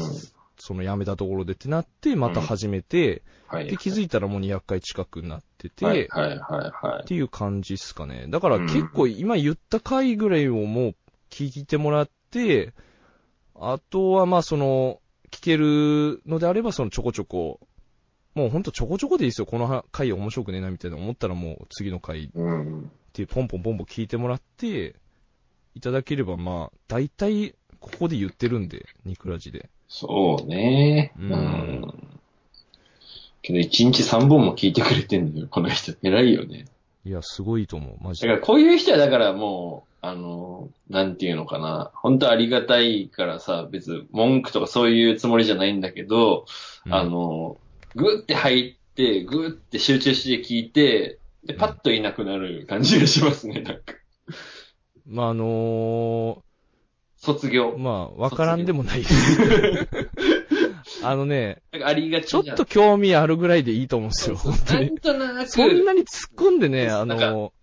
[SPEAKER 1] その辞めたところでってなって、また始めて、
[SPEAKER 3] はい。
[SPEAKER 1] で、気づいたらもう200回近くなってて、
[SPEAKER 3] はいはいはいは
[SPEAKER 1] っていう感じっすかね。だから結構今言った回ぐらいをもう聞いてもらって、あとはまあその、聞けるのであればそのちょこちょこ、もうほんとちょこちょこでいいですよ。この回面白くねえなみたいな思ったらもう次の回っ
[SPEAKER 3] い。うん。
[SPEAKER 1] ていうポンポンポンポン聞いてもらって、いただければまあ、大体ここで言ってるんで、ニクラジで。
[SPEAKER 3] そうね。
[SPEAKER 1] う
[SPEAKER 3] うんん。けど、1日3本も聞いてくれてんのよ、この人。偉いよね。
[SPEAKER 1] いや、すごいと思う。マジ
[SPEAKER 3] だ
[SPEAKER 1] で。
[SPEAKER 3] から、こういう人は、だからもう、あの、なんていうのかな。本当ありがたいからさ、別に文句とかそういうつもりじゃないんだけど、
[SPEAKER 1] うん
[SPEAKER 3] あの、ぐって入って、ぐって集中して聞いて、で、パッといなくなる感じがしますね、なんか。
[SPEAKER 1] まああのー
[SPEAKER 3] 卒業。
[SPEAKER 1] まあ、わからんでもないです。
[SPEAKER 3] (laughs)
[SPEAKER 1] あのね、
[SPEAKER 3] なんかありがち
[SPEAKER 1] ちょっ
[SPEAKER 3] じゃん
[SPEAKER 1] と興味あるぐらいでいいと思うんです
[SPEAKER 3] そ
[SPEAKER 1] よ、
[SPEAKER 3] うそう
[SPEAKER 1] 本当に。
[SPEAKER 3] なんとなく、
[SPEAKER 1] そんなに突っ込んでね、あ
[SPEAKER 3] なんか
[SPEAKER 1] の、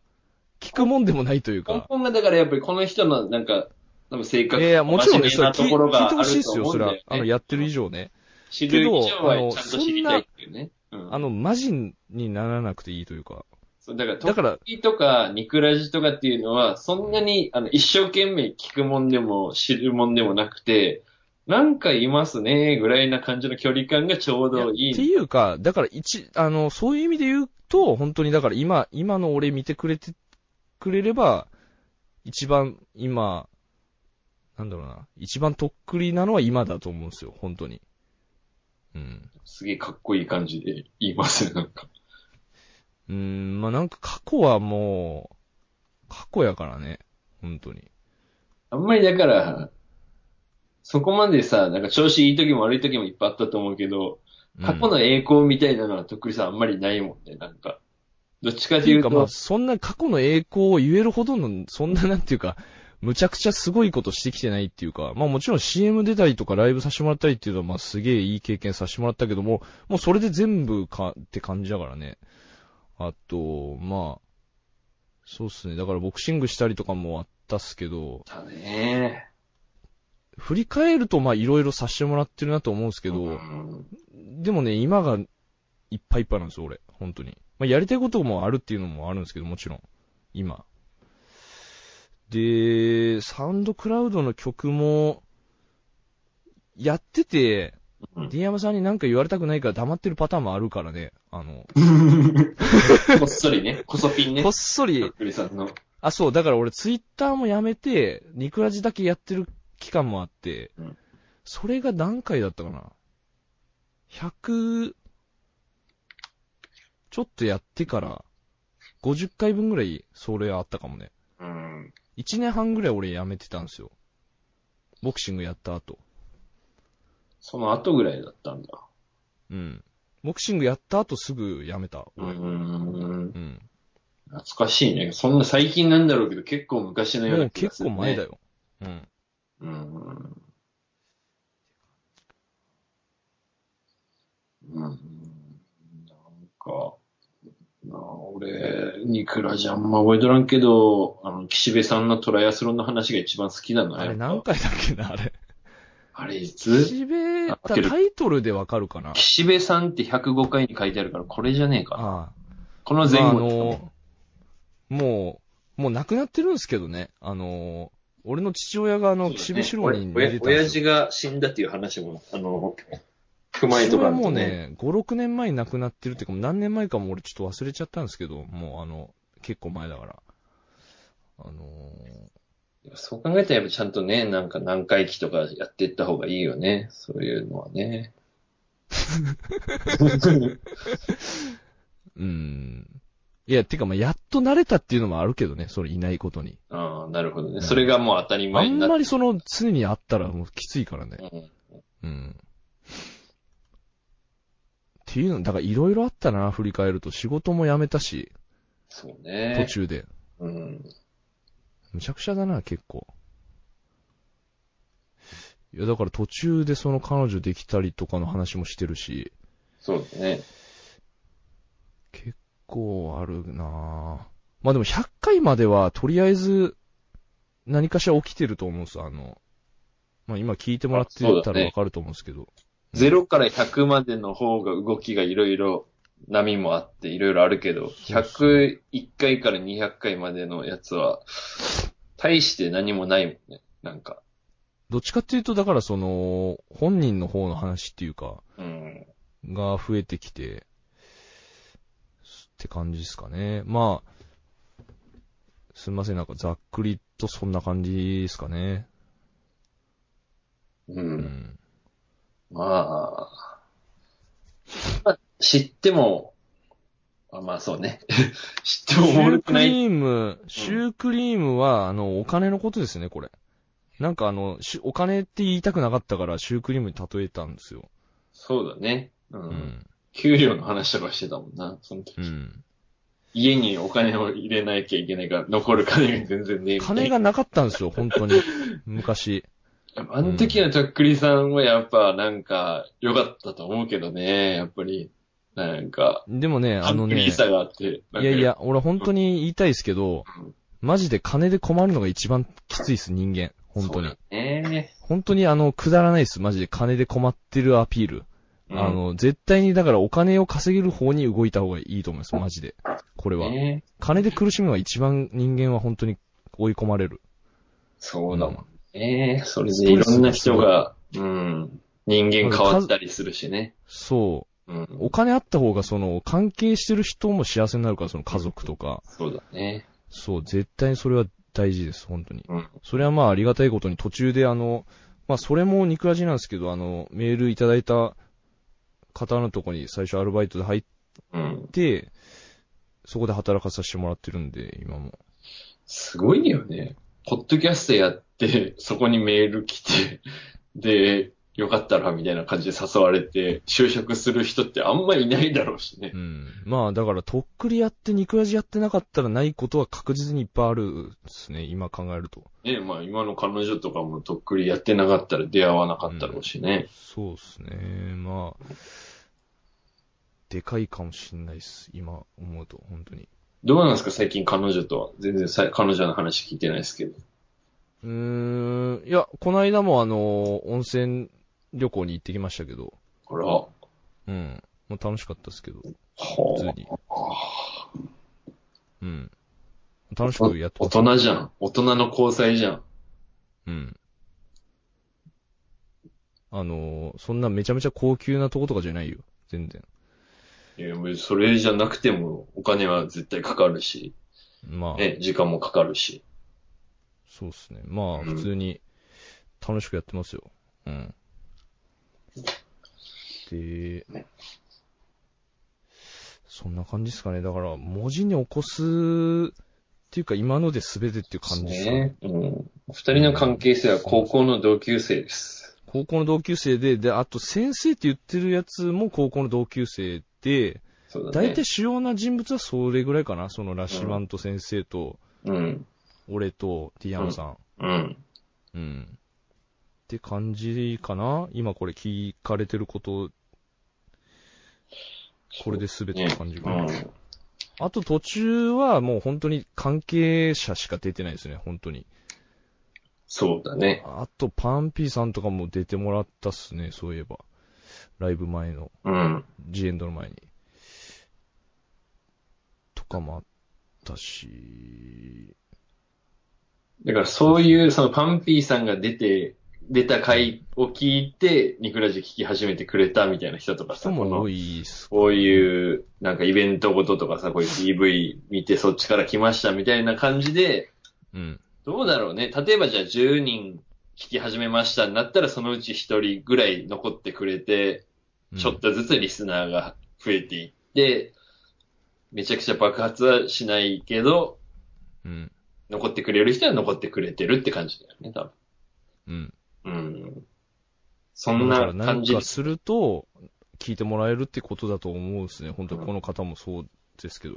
[SPEAKER 1] 聞くもんでもないという
[SPEAKER 3] 根
[SPEAKER 1] か。
[SPEAKER 3] 本がだからやっぱりこの人のなんか、多分性
[SPEAKER 1] い
[SPEAKER 3] 格
[SPEAKER 1] やいや、もちろんね、
[SPEAKER 3] 真
[SPEAKER 1] そ
[SPEAKER 3] 面
[SPEAKER 1] れ聞
[SPEAKER 3] 目なと
[SPEAKER 1] い
[SPEAKER 3] ころ
[SPEAKER 1] 聞い
[SPEAKER 3] が
[SPEAKER 1] て
[SPEAKER 3] あ
[SPEAKER 1] ほしいで
[SPEAKER 3] る
[SPEAKER 1] す
[SPEAKER 3] と
[SPEAKER 1] よ、
[SPEAKER 3] 思う
[SPEAKER 1] そ
[SPEAKER 3] ん
[SPEAKER 1] れ
[SPEAKER 3] だよ
[SPEAKER 1] は
[SPEAKER 3] ね。。
[SPEAKER 1] あの、やってる以上ね。
[SPEAKER 3] 知る以上
[SPEAKER 1] けどあの
[SPEAKER 3] はちゃんと知りたいっていうね。うん
[SPEAKER 1] あの、マジにならなくていいというか。
[SPEAKER 3] そうだから、
[SPEAKER 1] だから、
[SPEAKER 3] とか、ニクラジとかっていうのは、そんなに、あの、一生懸命聞くもんでも、知るもんでもなくて、なんかいますね、ぐらいな感じの距離感がちょうどいい。
[SPEAKER 1] っていうか、だから一、あの、そういう意味で言うと、本当にだから今、今の俺見てくれて、くれれば、一番今、なんだろうな、一番とっくりなのは今だと思うんですよ、本当に。うん。
[SPEAKER 3] すげえかっこいい感じで言いますね、なんか。
[SPEAKER 1] うーん、まあ、なんか過去はもう、過去やからね。本当に。
[SPEAKER 3] あんまりだから、そこまでさ、なんか調子いい時も悪い時もいっぱいあったと思うけど、
[SPEAKER 1] うん
[SPEAKER 3] 過去の栄光みたいなのはとっくりさんあんまりないもんね、なんか。どっちか
[SPEAKER 1] っ
[SPEAKER 3] と
[SPEAKER 1] て
[SPEAKER 3] い
[SPEAKER 1] いう
[SPEAKER 3] う
[SPEAKER 1] か
[SPEAKER 3] と、
[SPEAKER 1] まあ、そんな過去の栄光を言えるほどの、そんななんていうか、むちゃくちゃすごいことしてきてないっていうか、まあもちろん CM 出たりとかライブさせてもらったりっていうのはまあすげえいい経験させてもらったけども、もうそれで全部かって感じだからね。あと、まあ、そうっすね。だからボクシングしたりとかもあったっすけど、
[SPEAKER 3] だね。
[SPEAKER 1] 振り返るとまあいろいろさせてもらってるなと思うんですけど、
[SPEAKER 3] うん
[SPEAKER 1] でもね、今がいっぱいいっぱいなんですよ、俺。本当に。まあ、やりたいこともあるっていうのもあるんですけど、もちろん。今。で、サウンドクラウドの曲も、やってて、
[SPEAKER 3] うん
[SPEAKER 1] D 山さんに何か言われたくないから黙ってるパターンもあるからね。あの、
[SPEAKER 3] こっそりね、こそピンね
[SPEAKER 1] こっ。そ
[SPEAKER 3] とっ
[SPEAKER 1] り、
[SPEAKER 3] くりさんの。
[SPEAKER 1] あ、そう、だから俺ツイッターもやめて、ニクラジだけやってる期間もあって
[SPEAKER 3] うん、
[SPEAKER 1] それが何回だったかな ?100、ちょっとやってから、50回分ぐらい、それあったかもね。
[SPEAKER 3] うん。
[SPEAKER 1] 1年半ぐらい俺やめてたんですよ。ボクシングやった後。
[SPEAKER 3] その後ぐらいだったんだ。
[SPEAKER 1] うん。ボクシングやった後すぐやめた。
[SPEAKER 3] う
[SPEAKER 1] 俺
[SPEAKER 3] ん。
[SPEAKER 1] うん。
[SPEAKER 3] 懐かしいね。そんな最近なんだろうけど、結構昔のよう
[SPEAKER 1] も
[SPEAKER 3] な
[SPEAKER 1] う
[SPEAKER 3] 気が
[SPEAKER 1] 結
[SPEAKER 3] する、
[SPEAKER 1] 構
[SPEAKER 3] ね。
[SPEAKER 1] 前だよ。うん。
[SPEAKER 3] うん。うん。なんか、なあ俺、ニクラじゃあんま覚えとらんけど、あの、岸辺さんのトライアスロンの話が一番好きなの
[SPEAKER 1] あれ
[SPEAKER 3] やっぱ
[SPEAKER 1] 何回だっけな、あれ。
[SPEAKER 3] あれいつ
[SPEAKER 1] 岸辺、だ
[SPEAKER 3] あ開ける
[SPEAKER 1] タイトルでわかるかな。
[SPEAKER 3] 岸辺さんって105回に書いてあるから、これじゃねえかな。
[SPEAKER 1] ああ。
[SPEAKER 3] この前
[SPEAKER 1] まああ
[SPEAKER 3] 後。
[SPEAKER 1] の、もう、もう亡くなってるんですけどね。あの、俺の父親があの、岸辺四郎に
[SPEAKER 3] おや
[SPEAKER 1] 出てたんで
[SPEAKER 3] 親
[SPEAKER 1] すよ。
[SPEAKER 3] 父が死んだっていう話も、
[SPEAKER 1] (laughs)
[SPEAKER 3] あの、踏まえと
[SPEAKER 1] 父
[SPEAKER 3] か
[SPEAKER 1] 親
[SPEAKER 3] ん
[SPEAKER 1] も
[SPEAKER 3] と
[SPEAKER 1] う。ね、5、6年前に亡くなってるっていうか、何年前かも俺ちょっと忘れちゃったんですけど、もうあの、結構前だから。あの
[SPEAKER 3] そう考えたらやっぱちゃんとね、なんか何回忌とかやっていった方がいいよね。そういうの
[SPEAKER 1] (laughs)
[SPEAKER 3] はね。
[SPEAKER 1] うん。いや、てかまあ、やっと慣れたっていうのもあるけどね、それいないことに。
[SPEAKER 3] ああ、なるほどね。それがもう当たり
[SPEAKER 1] あ
[SPEAKER 3] 前に
[SPEAKER 1] ん
[SPEAKER 3] な
[SPEAKER 1] ま
[SPEAKER 3] っ
[SPEAKER 1] りその、常にあったらもうきついからね。
[SPEAKER 3] て。う
[SPEAKER 1] う
[SPEAKER 3] ん
[SPEAKER 1] ん。っていうの、だからいろいろあったな、振り返ると。仕事も辞めたし、
[SPEAKER 3] そう
[SPEAKER 1] 途
[SPEAKER 3] ね。
[SPEAKER 1] 中で。
[SPEAKER 3] うん。
[SPEAKER 1] むちゃくちゃだな、結構。いや、だから途中でその彼女できたりとかの話もしてるし、
[SPEAKER 3] そうですね。
[SPEAKER 1] 結構あるなぁまあでも100回までは、とりあえず、何かしら起きてると思うんですよ、あの。まあ今聞いてもらって
[SPEAKER 3] あそう
[SPEAKER 1] た
[SPEAKER 3] だ
[SPEAKER 1] ら
[SPEAKER 3] ね
[SPEAKER 1] わかると思うんですけど。
[SPEAKER 3] 0から100までの方が動きがいろいろ波もあっていろいろあるけど、101回から200回までのやつは、大して何もないもんね。なんか。
[SPEAKER 1] どっちかっていうと、だからその、本人の方の話っていうか、
[SPEAKER 3] うん。
[SPEAKER 1] が増えてきて、って感じですかね。まあ、すみません、なんかざっくりとそんな感じですかね。
[SPEAKER 3] う。
[SPEAKER 1] うんん。
[SPEAKER 3] まあ。まあ、知っても、あまあそうね。 (laughs) 知って
[SPEAKER 1] シ
[SPEAKER 3] もおも
[SPEAKER 1] ュ
[SPEAKER 3] ろ
[SPEAKER 1] ー
[SPEAKER 3] く
[SPEAKER 1] ク
[SPEAKER 3] ない。
[SPEAKER 1] リーム、シュークリームは、あの、お金のことですね、これ。なんかあの、しお金って言いたくなかったから、シュークリームに例えたんですよ。
[SPEAKER 3] そうだね。う。
[SPEAKER 1] うんん。
[SPEAKER 3] 給料の話とかしてたもんな。その時
[SPEAKER 1] うん。
[SPEAKER 3] 家にお金を入れなきゃいけないから、残る金が全然ねえみたいな
[SPEAKER 1] 金がなかったんですよ、本当に。昔。
[SPEAKER 3] あの時のとっくりさんはやっぱなんか良かったと思うけどね、やっぱり。なんか、
[SPEAKER 1] でもね、あ
[SPEAKER 3] あ
[SPEAKER 1] の
[SPEAKER 3] の
[SPEAKER 1] ね。
[SPEAKER 3] ね。さがあって。なん
[SPEAKER 1] い
[SPEAKER 3] か
[SPEAKER 1] やい。や、俺本当に言いたいですけど
[SPEAKER 3] うん、
[SPEAKER 1] マジで金で困るのが一番きついっす、人間。本当
[SPEAKER 3] そ
[SPEAKER 1] に
[SPEAKER 3] う。だね。
[SPEAKER 1] 本当にあの、くだらないっす、マジで金で困ってるアピール。
[SPEAKER 3] うん
[SPEAKER 1] あ、の、絶対にだからお金を稼げる方に動いた方がいいと思います、マジで。これは。
[SPEAKER 3] ね
[SPEAKER 1] 金で苦しむのが一番人間は本当に追い込まれる。
[SPEAKER 3] そうだも
[SPEAKER 1] うん
[SPEAKER 3] ね。それでいろんな人が、うん、人間変わったりするしね。
[SPEAKER 1] そうう。
[SPEAKER 3] ん、
[SPEAKER 1] お金あった方がその、関係してる人も幸せになるから、その家族とか。
[SPEAKER 3] そうだね。
[SPEAKER 1] そう、絶対にそれは大事です、本当に。
[SPEAKER 3] うん。
[SPEAKER 1] それはまあありがたいことに途中であの、まあそれも肉味なんですけど、あの、メールいただいた方のとこに最初アルバイトで入っ
[SPEAKER 3] うん。
[SPEAKER 1] て、そこで働かさせてもらってるんで、今も。
[SPEAKER 3] すごいよね。ポッドキャストやって、そこにメール来て、で、よかったらみたいな感じで誘われて、就職する人ってあんまいないだろうしね
[SPEAKER 1] う。ん。まあだから、とっくりやって肉味やってなかったらないことは確実にいっぱいあるですね、今考えると。
[SPEAKER 3] ねまあ今の彼女とかもとっくりやってなかったら出会わなかったろうしね。
[SPEAKER 1] そうですね、まあ。でかいかもしんないです、今思うと、本当に。
[SPEAKER 3] どうなんですか最近彼女とは。全然さ彼女の話聞いてないですけど。
[SPEAKER 1] うーん、いや、この間もあの、温泉旅行に行ってきましたけど、
[SPEAKER 3] あら、は
[SPEAKER 1] うん。もう楽しかったですけど、普通
[SPEAKER 3] あ
[SPEAKER 1] に。うん。楽しくやって
[SPEAKER 3] 大
[SPEAKER 1] ます。
[SPEAKER 3] 人じゃん。大人の交際じゃん。
[SPEAKER 1] うん。あのー、そんなめちゃめちゃ高級なとことかじゃないよ。全然。
[SPEAKER 3] いや、もうそれじゃなくてもお金は絶対かかるし、
[SPEAKER 1] まあ、
[SPEAKER 3] ね、時間もかかるし。
[SPEAKER 1] そうっすね。まあ、
[SPEAKER 3] うん
[SPEAKER 1] 普通に楽しくやってますよ。うん。で、そんな感じですかね。だから、文字に起こすっていうか、今ので全てっていう感じですかね。
[SPEAKER 3] ね。うん。お二人の関係性は高校の同級生です。
[SPEAKER 1] 高校の同級生で、で、あと先生って言ってるやつも高校の同級生で、
[SPEAKER 3] そうだね。
[SPEAKER 1] 大体主要な人物はそれぐらいかな。そのラシマント先生と、
[SPEAKER 3] うん。
[SPEAKER 1] 俺とティアンさん。
[SPEAKER 3] うん。
[SPEAKER 1] うん。って感じかな。今これ聞かれてること、これで全ての感じかな。
[SPEAKER 3] うん。
[SPEAKER 1] あと途中はもう本当に関係者しか出てないですね、本当に。
[SPEAKER 3] そうだね。
[SPEAKER 1] あとパンピーさんとかも出てもらったっすね、そういえば。ライブ前の。
[SPEAKER 3] うん。
[SPEAKER 1] ジエンドの前に。とかもあったし、
[SPEAKER 3] だからそういう、そのパンピーさんが出て、出た回を聞いて、ニクラジ聞き始めてくれたみたいな人とかさ、
[SPEAKER 1] 人
[SPEAKER 3] こ
[SPEAKER 1] も
[SPEAKER 3] の
[SPEAKER 1] 多いっす。
[SPEAKER 3] こういう、なんかイベントごととかさ、こういう PV 見てそっちから来ましたみたいな感じで、
[SPEAKER 1] うん。
[SPEAKER 3] どうだろうね。例えばじゃあ10人聞き始めましたになったら、そのうち1人ぐらい残ってくれて、
[SPEAKER 1] うん
[SPEAKER 3] ちょっとずつリスナーが増えていって、めちゃくちゃ爆発はしないけど、
[SPEAKER 1] うん。
[SPEAKER 3] 残ってくれる人は残ってくれてるって感じだよね、多分。
[SPEAKER 1] うん。
[SPEAKER 3] うん。そんな
[SPEAKER 1] だから
[SPEAKER 3] 感じ
[SPEAKER 1] なんかすると、聞いてもらえるってことだと思うんですね。本当にこの方もそうですけど、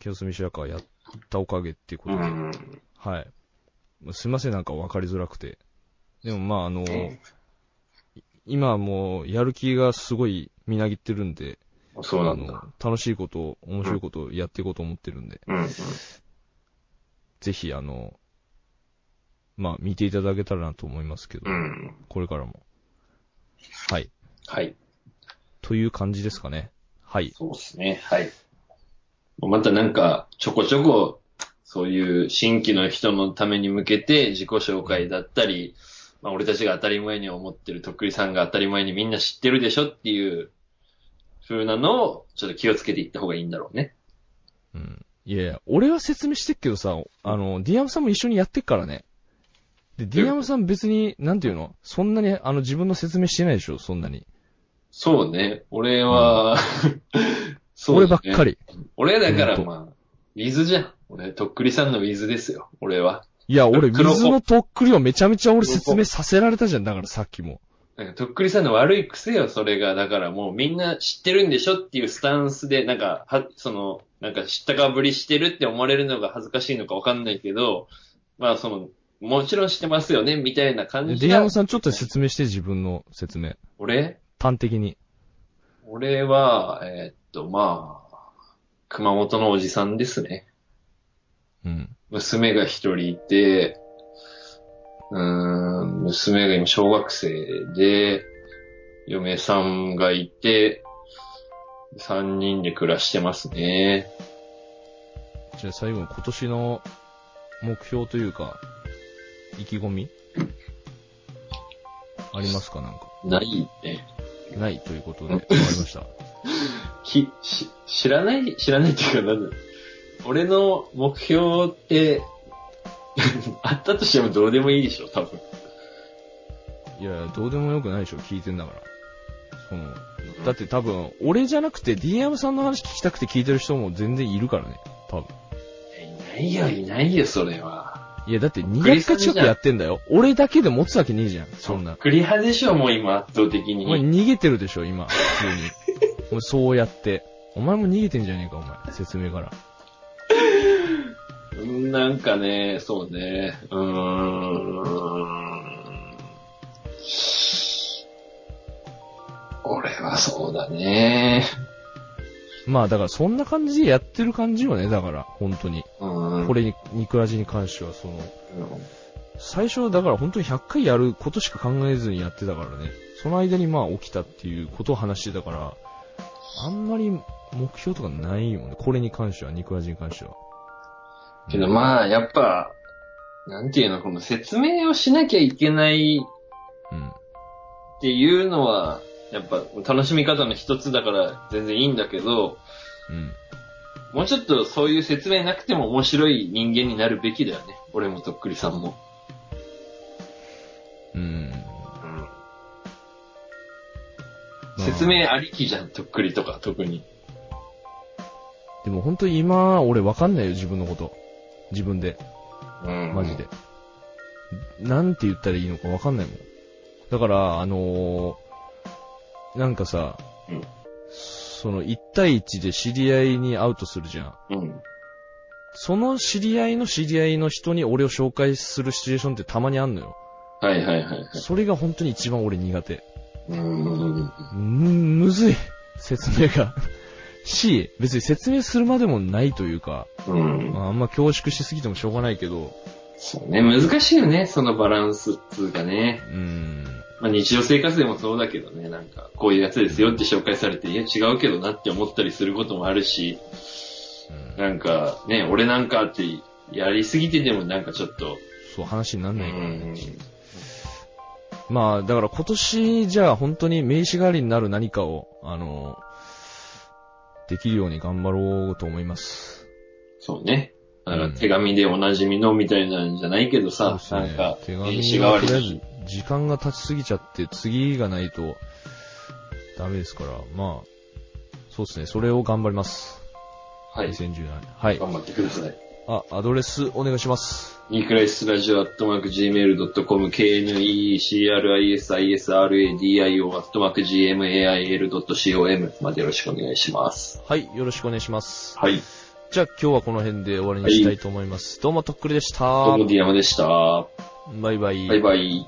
[SPEAKER 1] 清澄白河やったおかげっていうことで。
[SPEAKER 3] うん。
[SPEAKER 1] はい。すいません、なんか分かりづらくて。でも、まあ、あの、今はもう、やる気がすごいみなぎってるんで、
[SPEAKER 3] そうなんだ。
[SPEAKER 1] あの、楽しいこと、面白いことをやっていこうと思ってるんで、
[SPEAKER 3] うん。
[SPEAKER 1] ぜひ、あの、まあ、見ていただけたらなと思いますけど、
[SPEAKER 3] うん。
[SPEAKER 1] これからも。はい。
[SPEAKER 3] はい。
[SPEAKER 1] という感じですかね。はい。
[SPEAKER 3] そうですね。はい。またなんか、ちょこちょこ、そういう新規の人のために向けて自己紹介だったり、まあ俺たちが当たり前に思ってるとっくりさんが当たり前にみんな知ってるでしょっていう風なのをちょっと気をつけていった方がいいんだろうね。
[SPEAKER 1] うん。いやいや、俺は説明してっけどさ、あの、ディアムさんも一緒にやってっからね。で、ディアムさん別に、なんていうのそんなに、あの、自分の説明してないでしょそんなに。
[SPEAKER 3] そうね。俺は、 (laughs) そう
[SPEAKER 1] 俺
[SPEAKER 3] だね
[SPEAKER 1] ばっか。り。
[SPEAKER 3] 俺だから
[SPEAKER 1] ほんと
[SPEAKER 3] まあ、ウィズじゃん。俺、とっくりさんのウィズですよ。俺は。
[SPEAKER 1] いや、俺、
[SPEAKER 3] 黒子
[SPEAKER 1] 水のとっくりをめちゃめちゃ俺説明させられたじゃん。だからさっきも。
[SPEAKER 3] なんか、とっくりさんの悪い癖よ、それが。だからもうみんな知ってるんでしょっていうスタンスで、なんか、は、その、なんか知ったかぶりしてるって思われるのが恥ずかしいのかわかんないけど、まあその、もちろん知ってますよね、みたいな
[SPEAKER 1] で
[SPEAKER 3] 感じ
[SPEAKER 1] ディア
[SPEAKER 3] が
[SPEAKER 1] ム。さんちょっと説明して、自分の説明。
[SPEAKER 3] 俺
[SPEAKER 1] 端的に。
[SPEAKER 3] 俺は、えーっと、まあ、熊本のおじさんですね。
[SPEAKER 1] うん。
[SPEAKER 3] 娘が一人いて、うーん、娘が今小学生で、嫁さんがいて、三人で暮らしてますね。
[SPEAKER 1] じゃあ最後に今年の目標というか、意気込 (laughs) みありますかなんか。
[SPEAKER 3] ないね。
[SPEAKER 1] ないということで、わかりました。
[SPEAKER 3] き、し、知らない、知らないっていうかなんだ俺の目標って、 (laughs) あったとしてもどうでもいいでしょ、多分。
[SPEAKER 1] いや、どうでもよくないでしょ、聞いてんだから。その、だって多分、俺じゃなくて DM さんの話聞きたくて聞いてる人も全然いるからね、多分。
[SPEAKER 3] いないよ、いないよ、それは。
[SPEAKER 1] いや、だって200回近くやってんだよ。俺だけで持つわけねえじゃん、そんな。
[SPEAKER 3] クリハでしょ、もう今、圧倒的
[SPEAKER 1] お前
[SPEAKER 3] に。
[SPEAKER 1] 逃げてるでしょ、今、普通に。もうそうやって。お前も逃げてんじゃねえか、お前。説明から。
[SPEAKER 3] うんなんかね、そうね、うーん。俺はそうだね。
[SPEAKER 1] まあ、だからそんな感じでやってる感じよね、だから、本当に。
[SPEAKER 3] うん。
[SPEAKER 1] これに、肉味に関しては、その、
[SPEAKER 3] うん
[SPEAKER 1] 最初、だから本当に100回やることしか考えずにやってたからね。その間にまあ起きたっていうことを話してたから、あんまり目標とかないよね。これに関しては、肉味に関しては。
[SPEAKER 3] けどまあ、やっぱ、なんていうの、この説明をしなきゃいけない
[SPEAKER 1] うん。
[SPEAKER 3] っていうのは、やっぱ楽しみ方の一つだから全然いいんだけど、
[SPEAKER 1] うん。
[SPEAKER 3] もうちょっとそういう説明なくても面白い人間になるべきだよね。俺もとっくりさんも。
[SPEAKER 1] うん。まあ
[SPEAKER 3] 説明ありきじゃん、とっくりとか特に。
[SPEAKER 1] でも本当に今、俺わかんないよ、自分のこと。自分で。
[SPEAKER 3] うん
[SPEAKER 1] マジ。で。なんて言ったらいいのかわかんないもん。だから、あのーなんかさ、
[SPEAKER 3] うん
[SPEAKER 1] その1対1で知り合いに会うとするじゃん。
[SPEAKER 3] うん。
[SPEAKER 1] その知り合いの知り合いの人に俺を紹介するシチュエーションってたまにあんのよ。
[SPEAKER 3] はいはいはいはい。
[SPEAKER 1] それが本当に一番俺苦手。
[SPEAKER 3] うん。
[SPEAKER 1] む、むずい。説明が。し、別に説明するまでもないというか、
[SPEAKER 3] うん。
[SPEAKER 1] まあ、あんま恐縮しすぎてもしょうがないけど、
[SPEAKER 3] そうね、難しいよね、そのバランスっつうかね
[SPEAKER 1] う。ーん。
[SPEAKER 3] まあ日常生活でもそうだけどね、なんか、こういうやつですよって紹介されて、いや違うけどなって思ったりすることもあるし、
[SPEAKER 1] うん
[SPEAKER 3] なんか、ね、俺なんかって、やりすぎてでもなんかちょっと、
[SPEAKER 1] そう、話にな
[SPEAKER 3] うん
[SPEAKER 1] ないからね
[SPEAKER 3] ん。。
[SPEAKER 1] まあ、だから今年、じゃあ本当に名刺代わりになる何かを、あの、できるように頑張ろうと思います。
[SPEAKER 3] そうね。なん
[SPEAKER 1] うん
[SPEAKER 3] か手紙でおなじみのみたいなんじゃないけど
[SPEAKER 1] そう
[SPEAKER 3] さ
[SPEAKER 1] で、す
[SPEAKER 3] なんか、
[SPEAKER 1] 手紙
[SPEAKER 3] 名刺代わ
[SPEAKER 1] は
[SPEAKER 3] り
[SPEAKER 1] とりあえ
[SPEAKER 3] に。
[SPEAKER 1] ず、時間が経ちすぎちゃって、次がないと、ダメですから、まあ、そうですね、それを頑張ります。
[SPEAKER 3] はい。
[SPEAKER 1] 2017。はい。
[SPEAKER 3] 頑張ってください。
[SPEAKER 1] あ、アドレスお願いします。
[SPEAKER 3] ニークライスラジオアットマーク Gmail.com、KNECRISISRADIO アットマーク GMAIL.com までよろしくお願いします。
[SPEAKER 1] はい、よろしくお願いします。
[SPEAKER 3] はい。
[SPEAKER 1] じゃあ今日はこの辺で終わりにしたいと思います。どうもとっくりでした
[SPEAKER 3] どう。もディアマでした。
[SPEAKER 1] バイバイ。
[SPEAKER 3] バイバイ。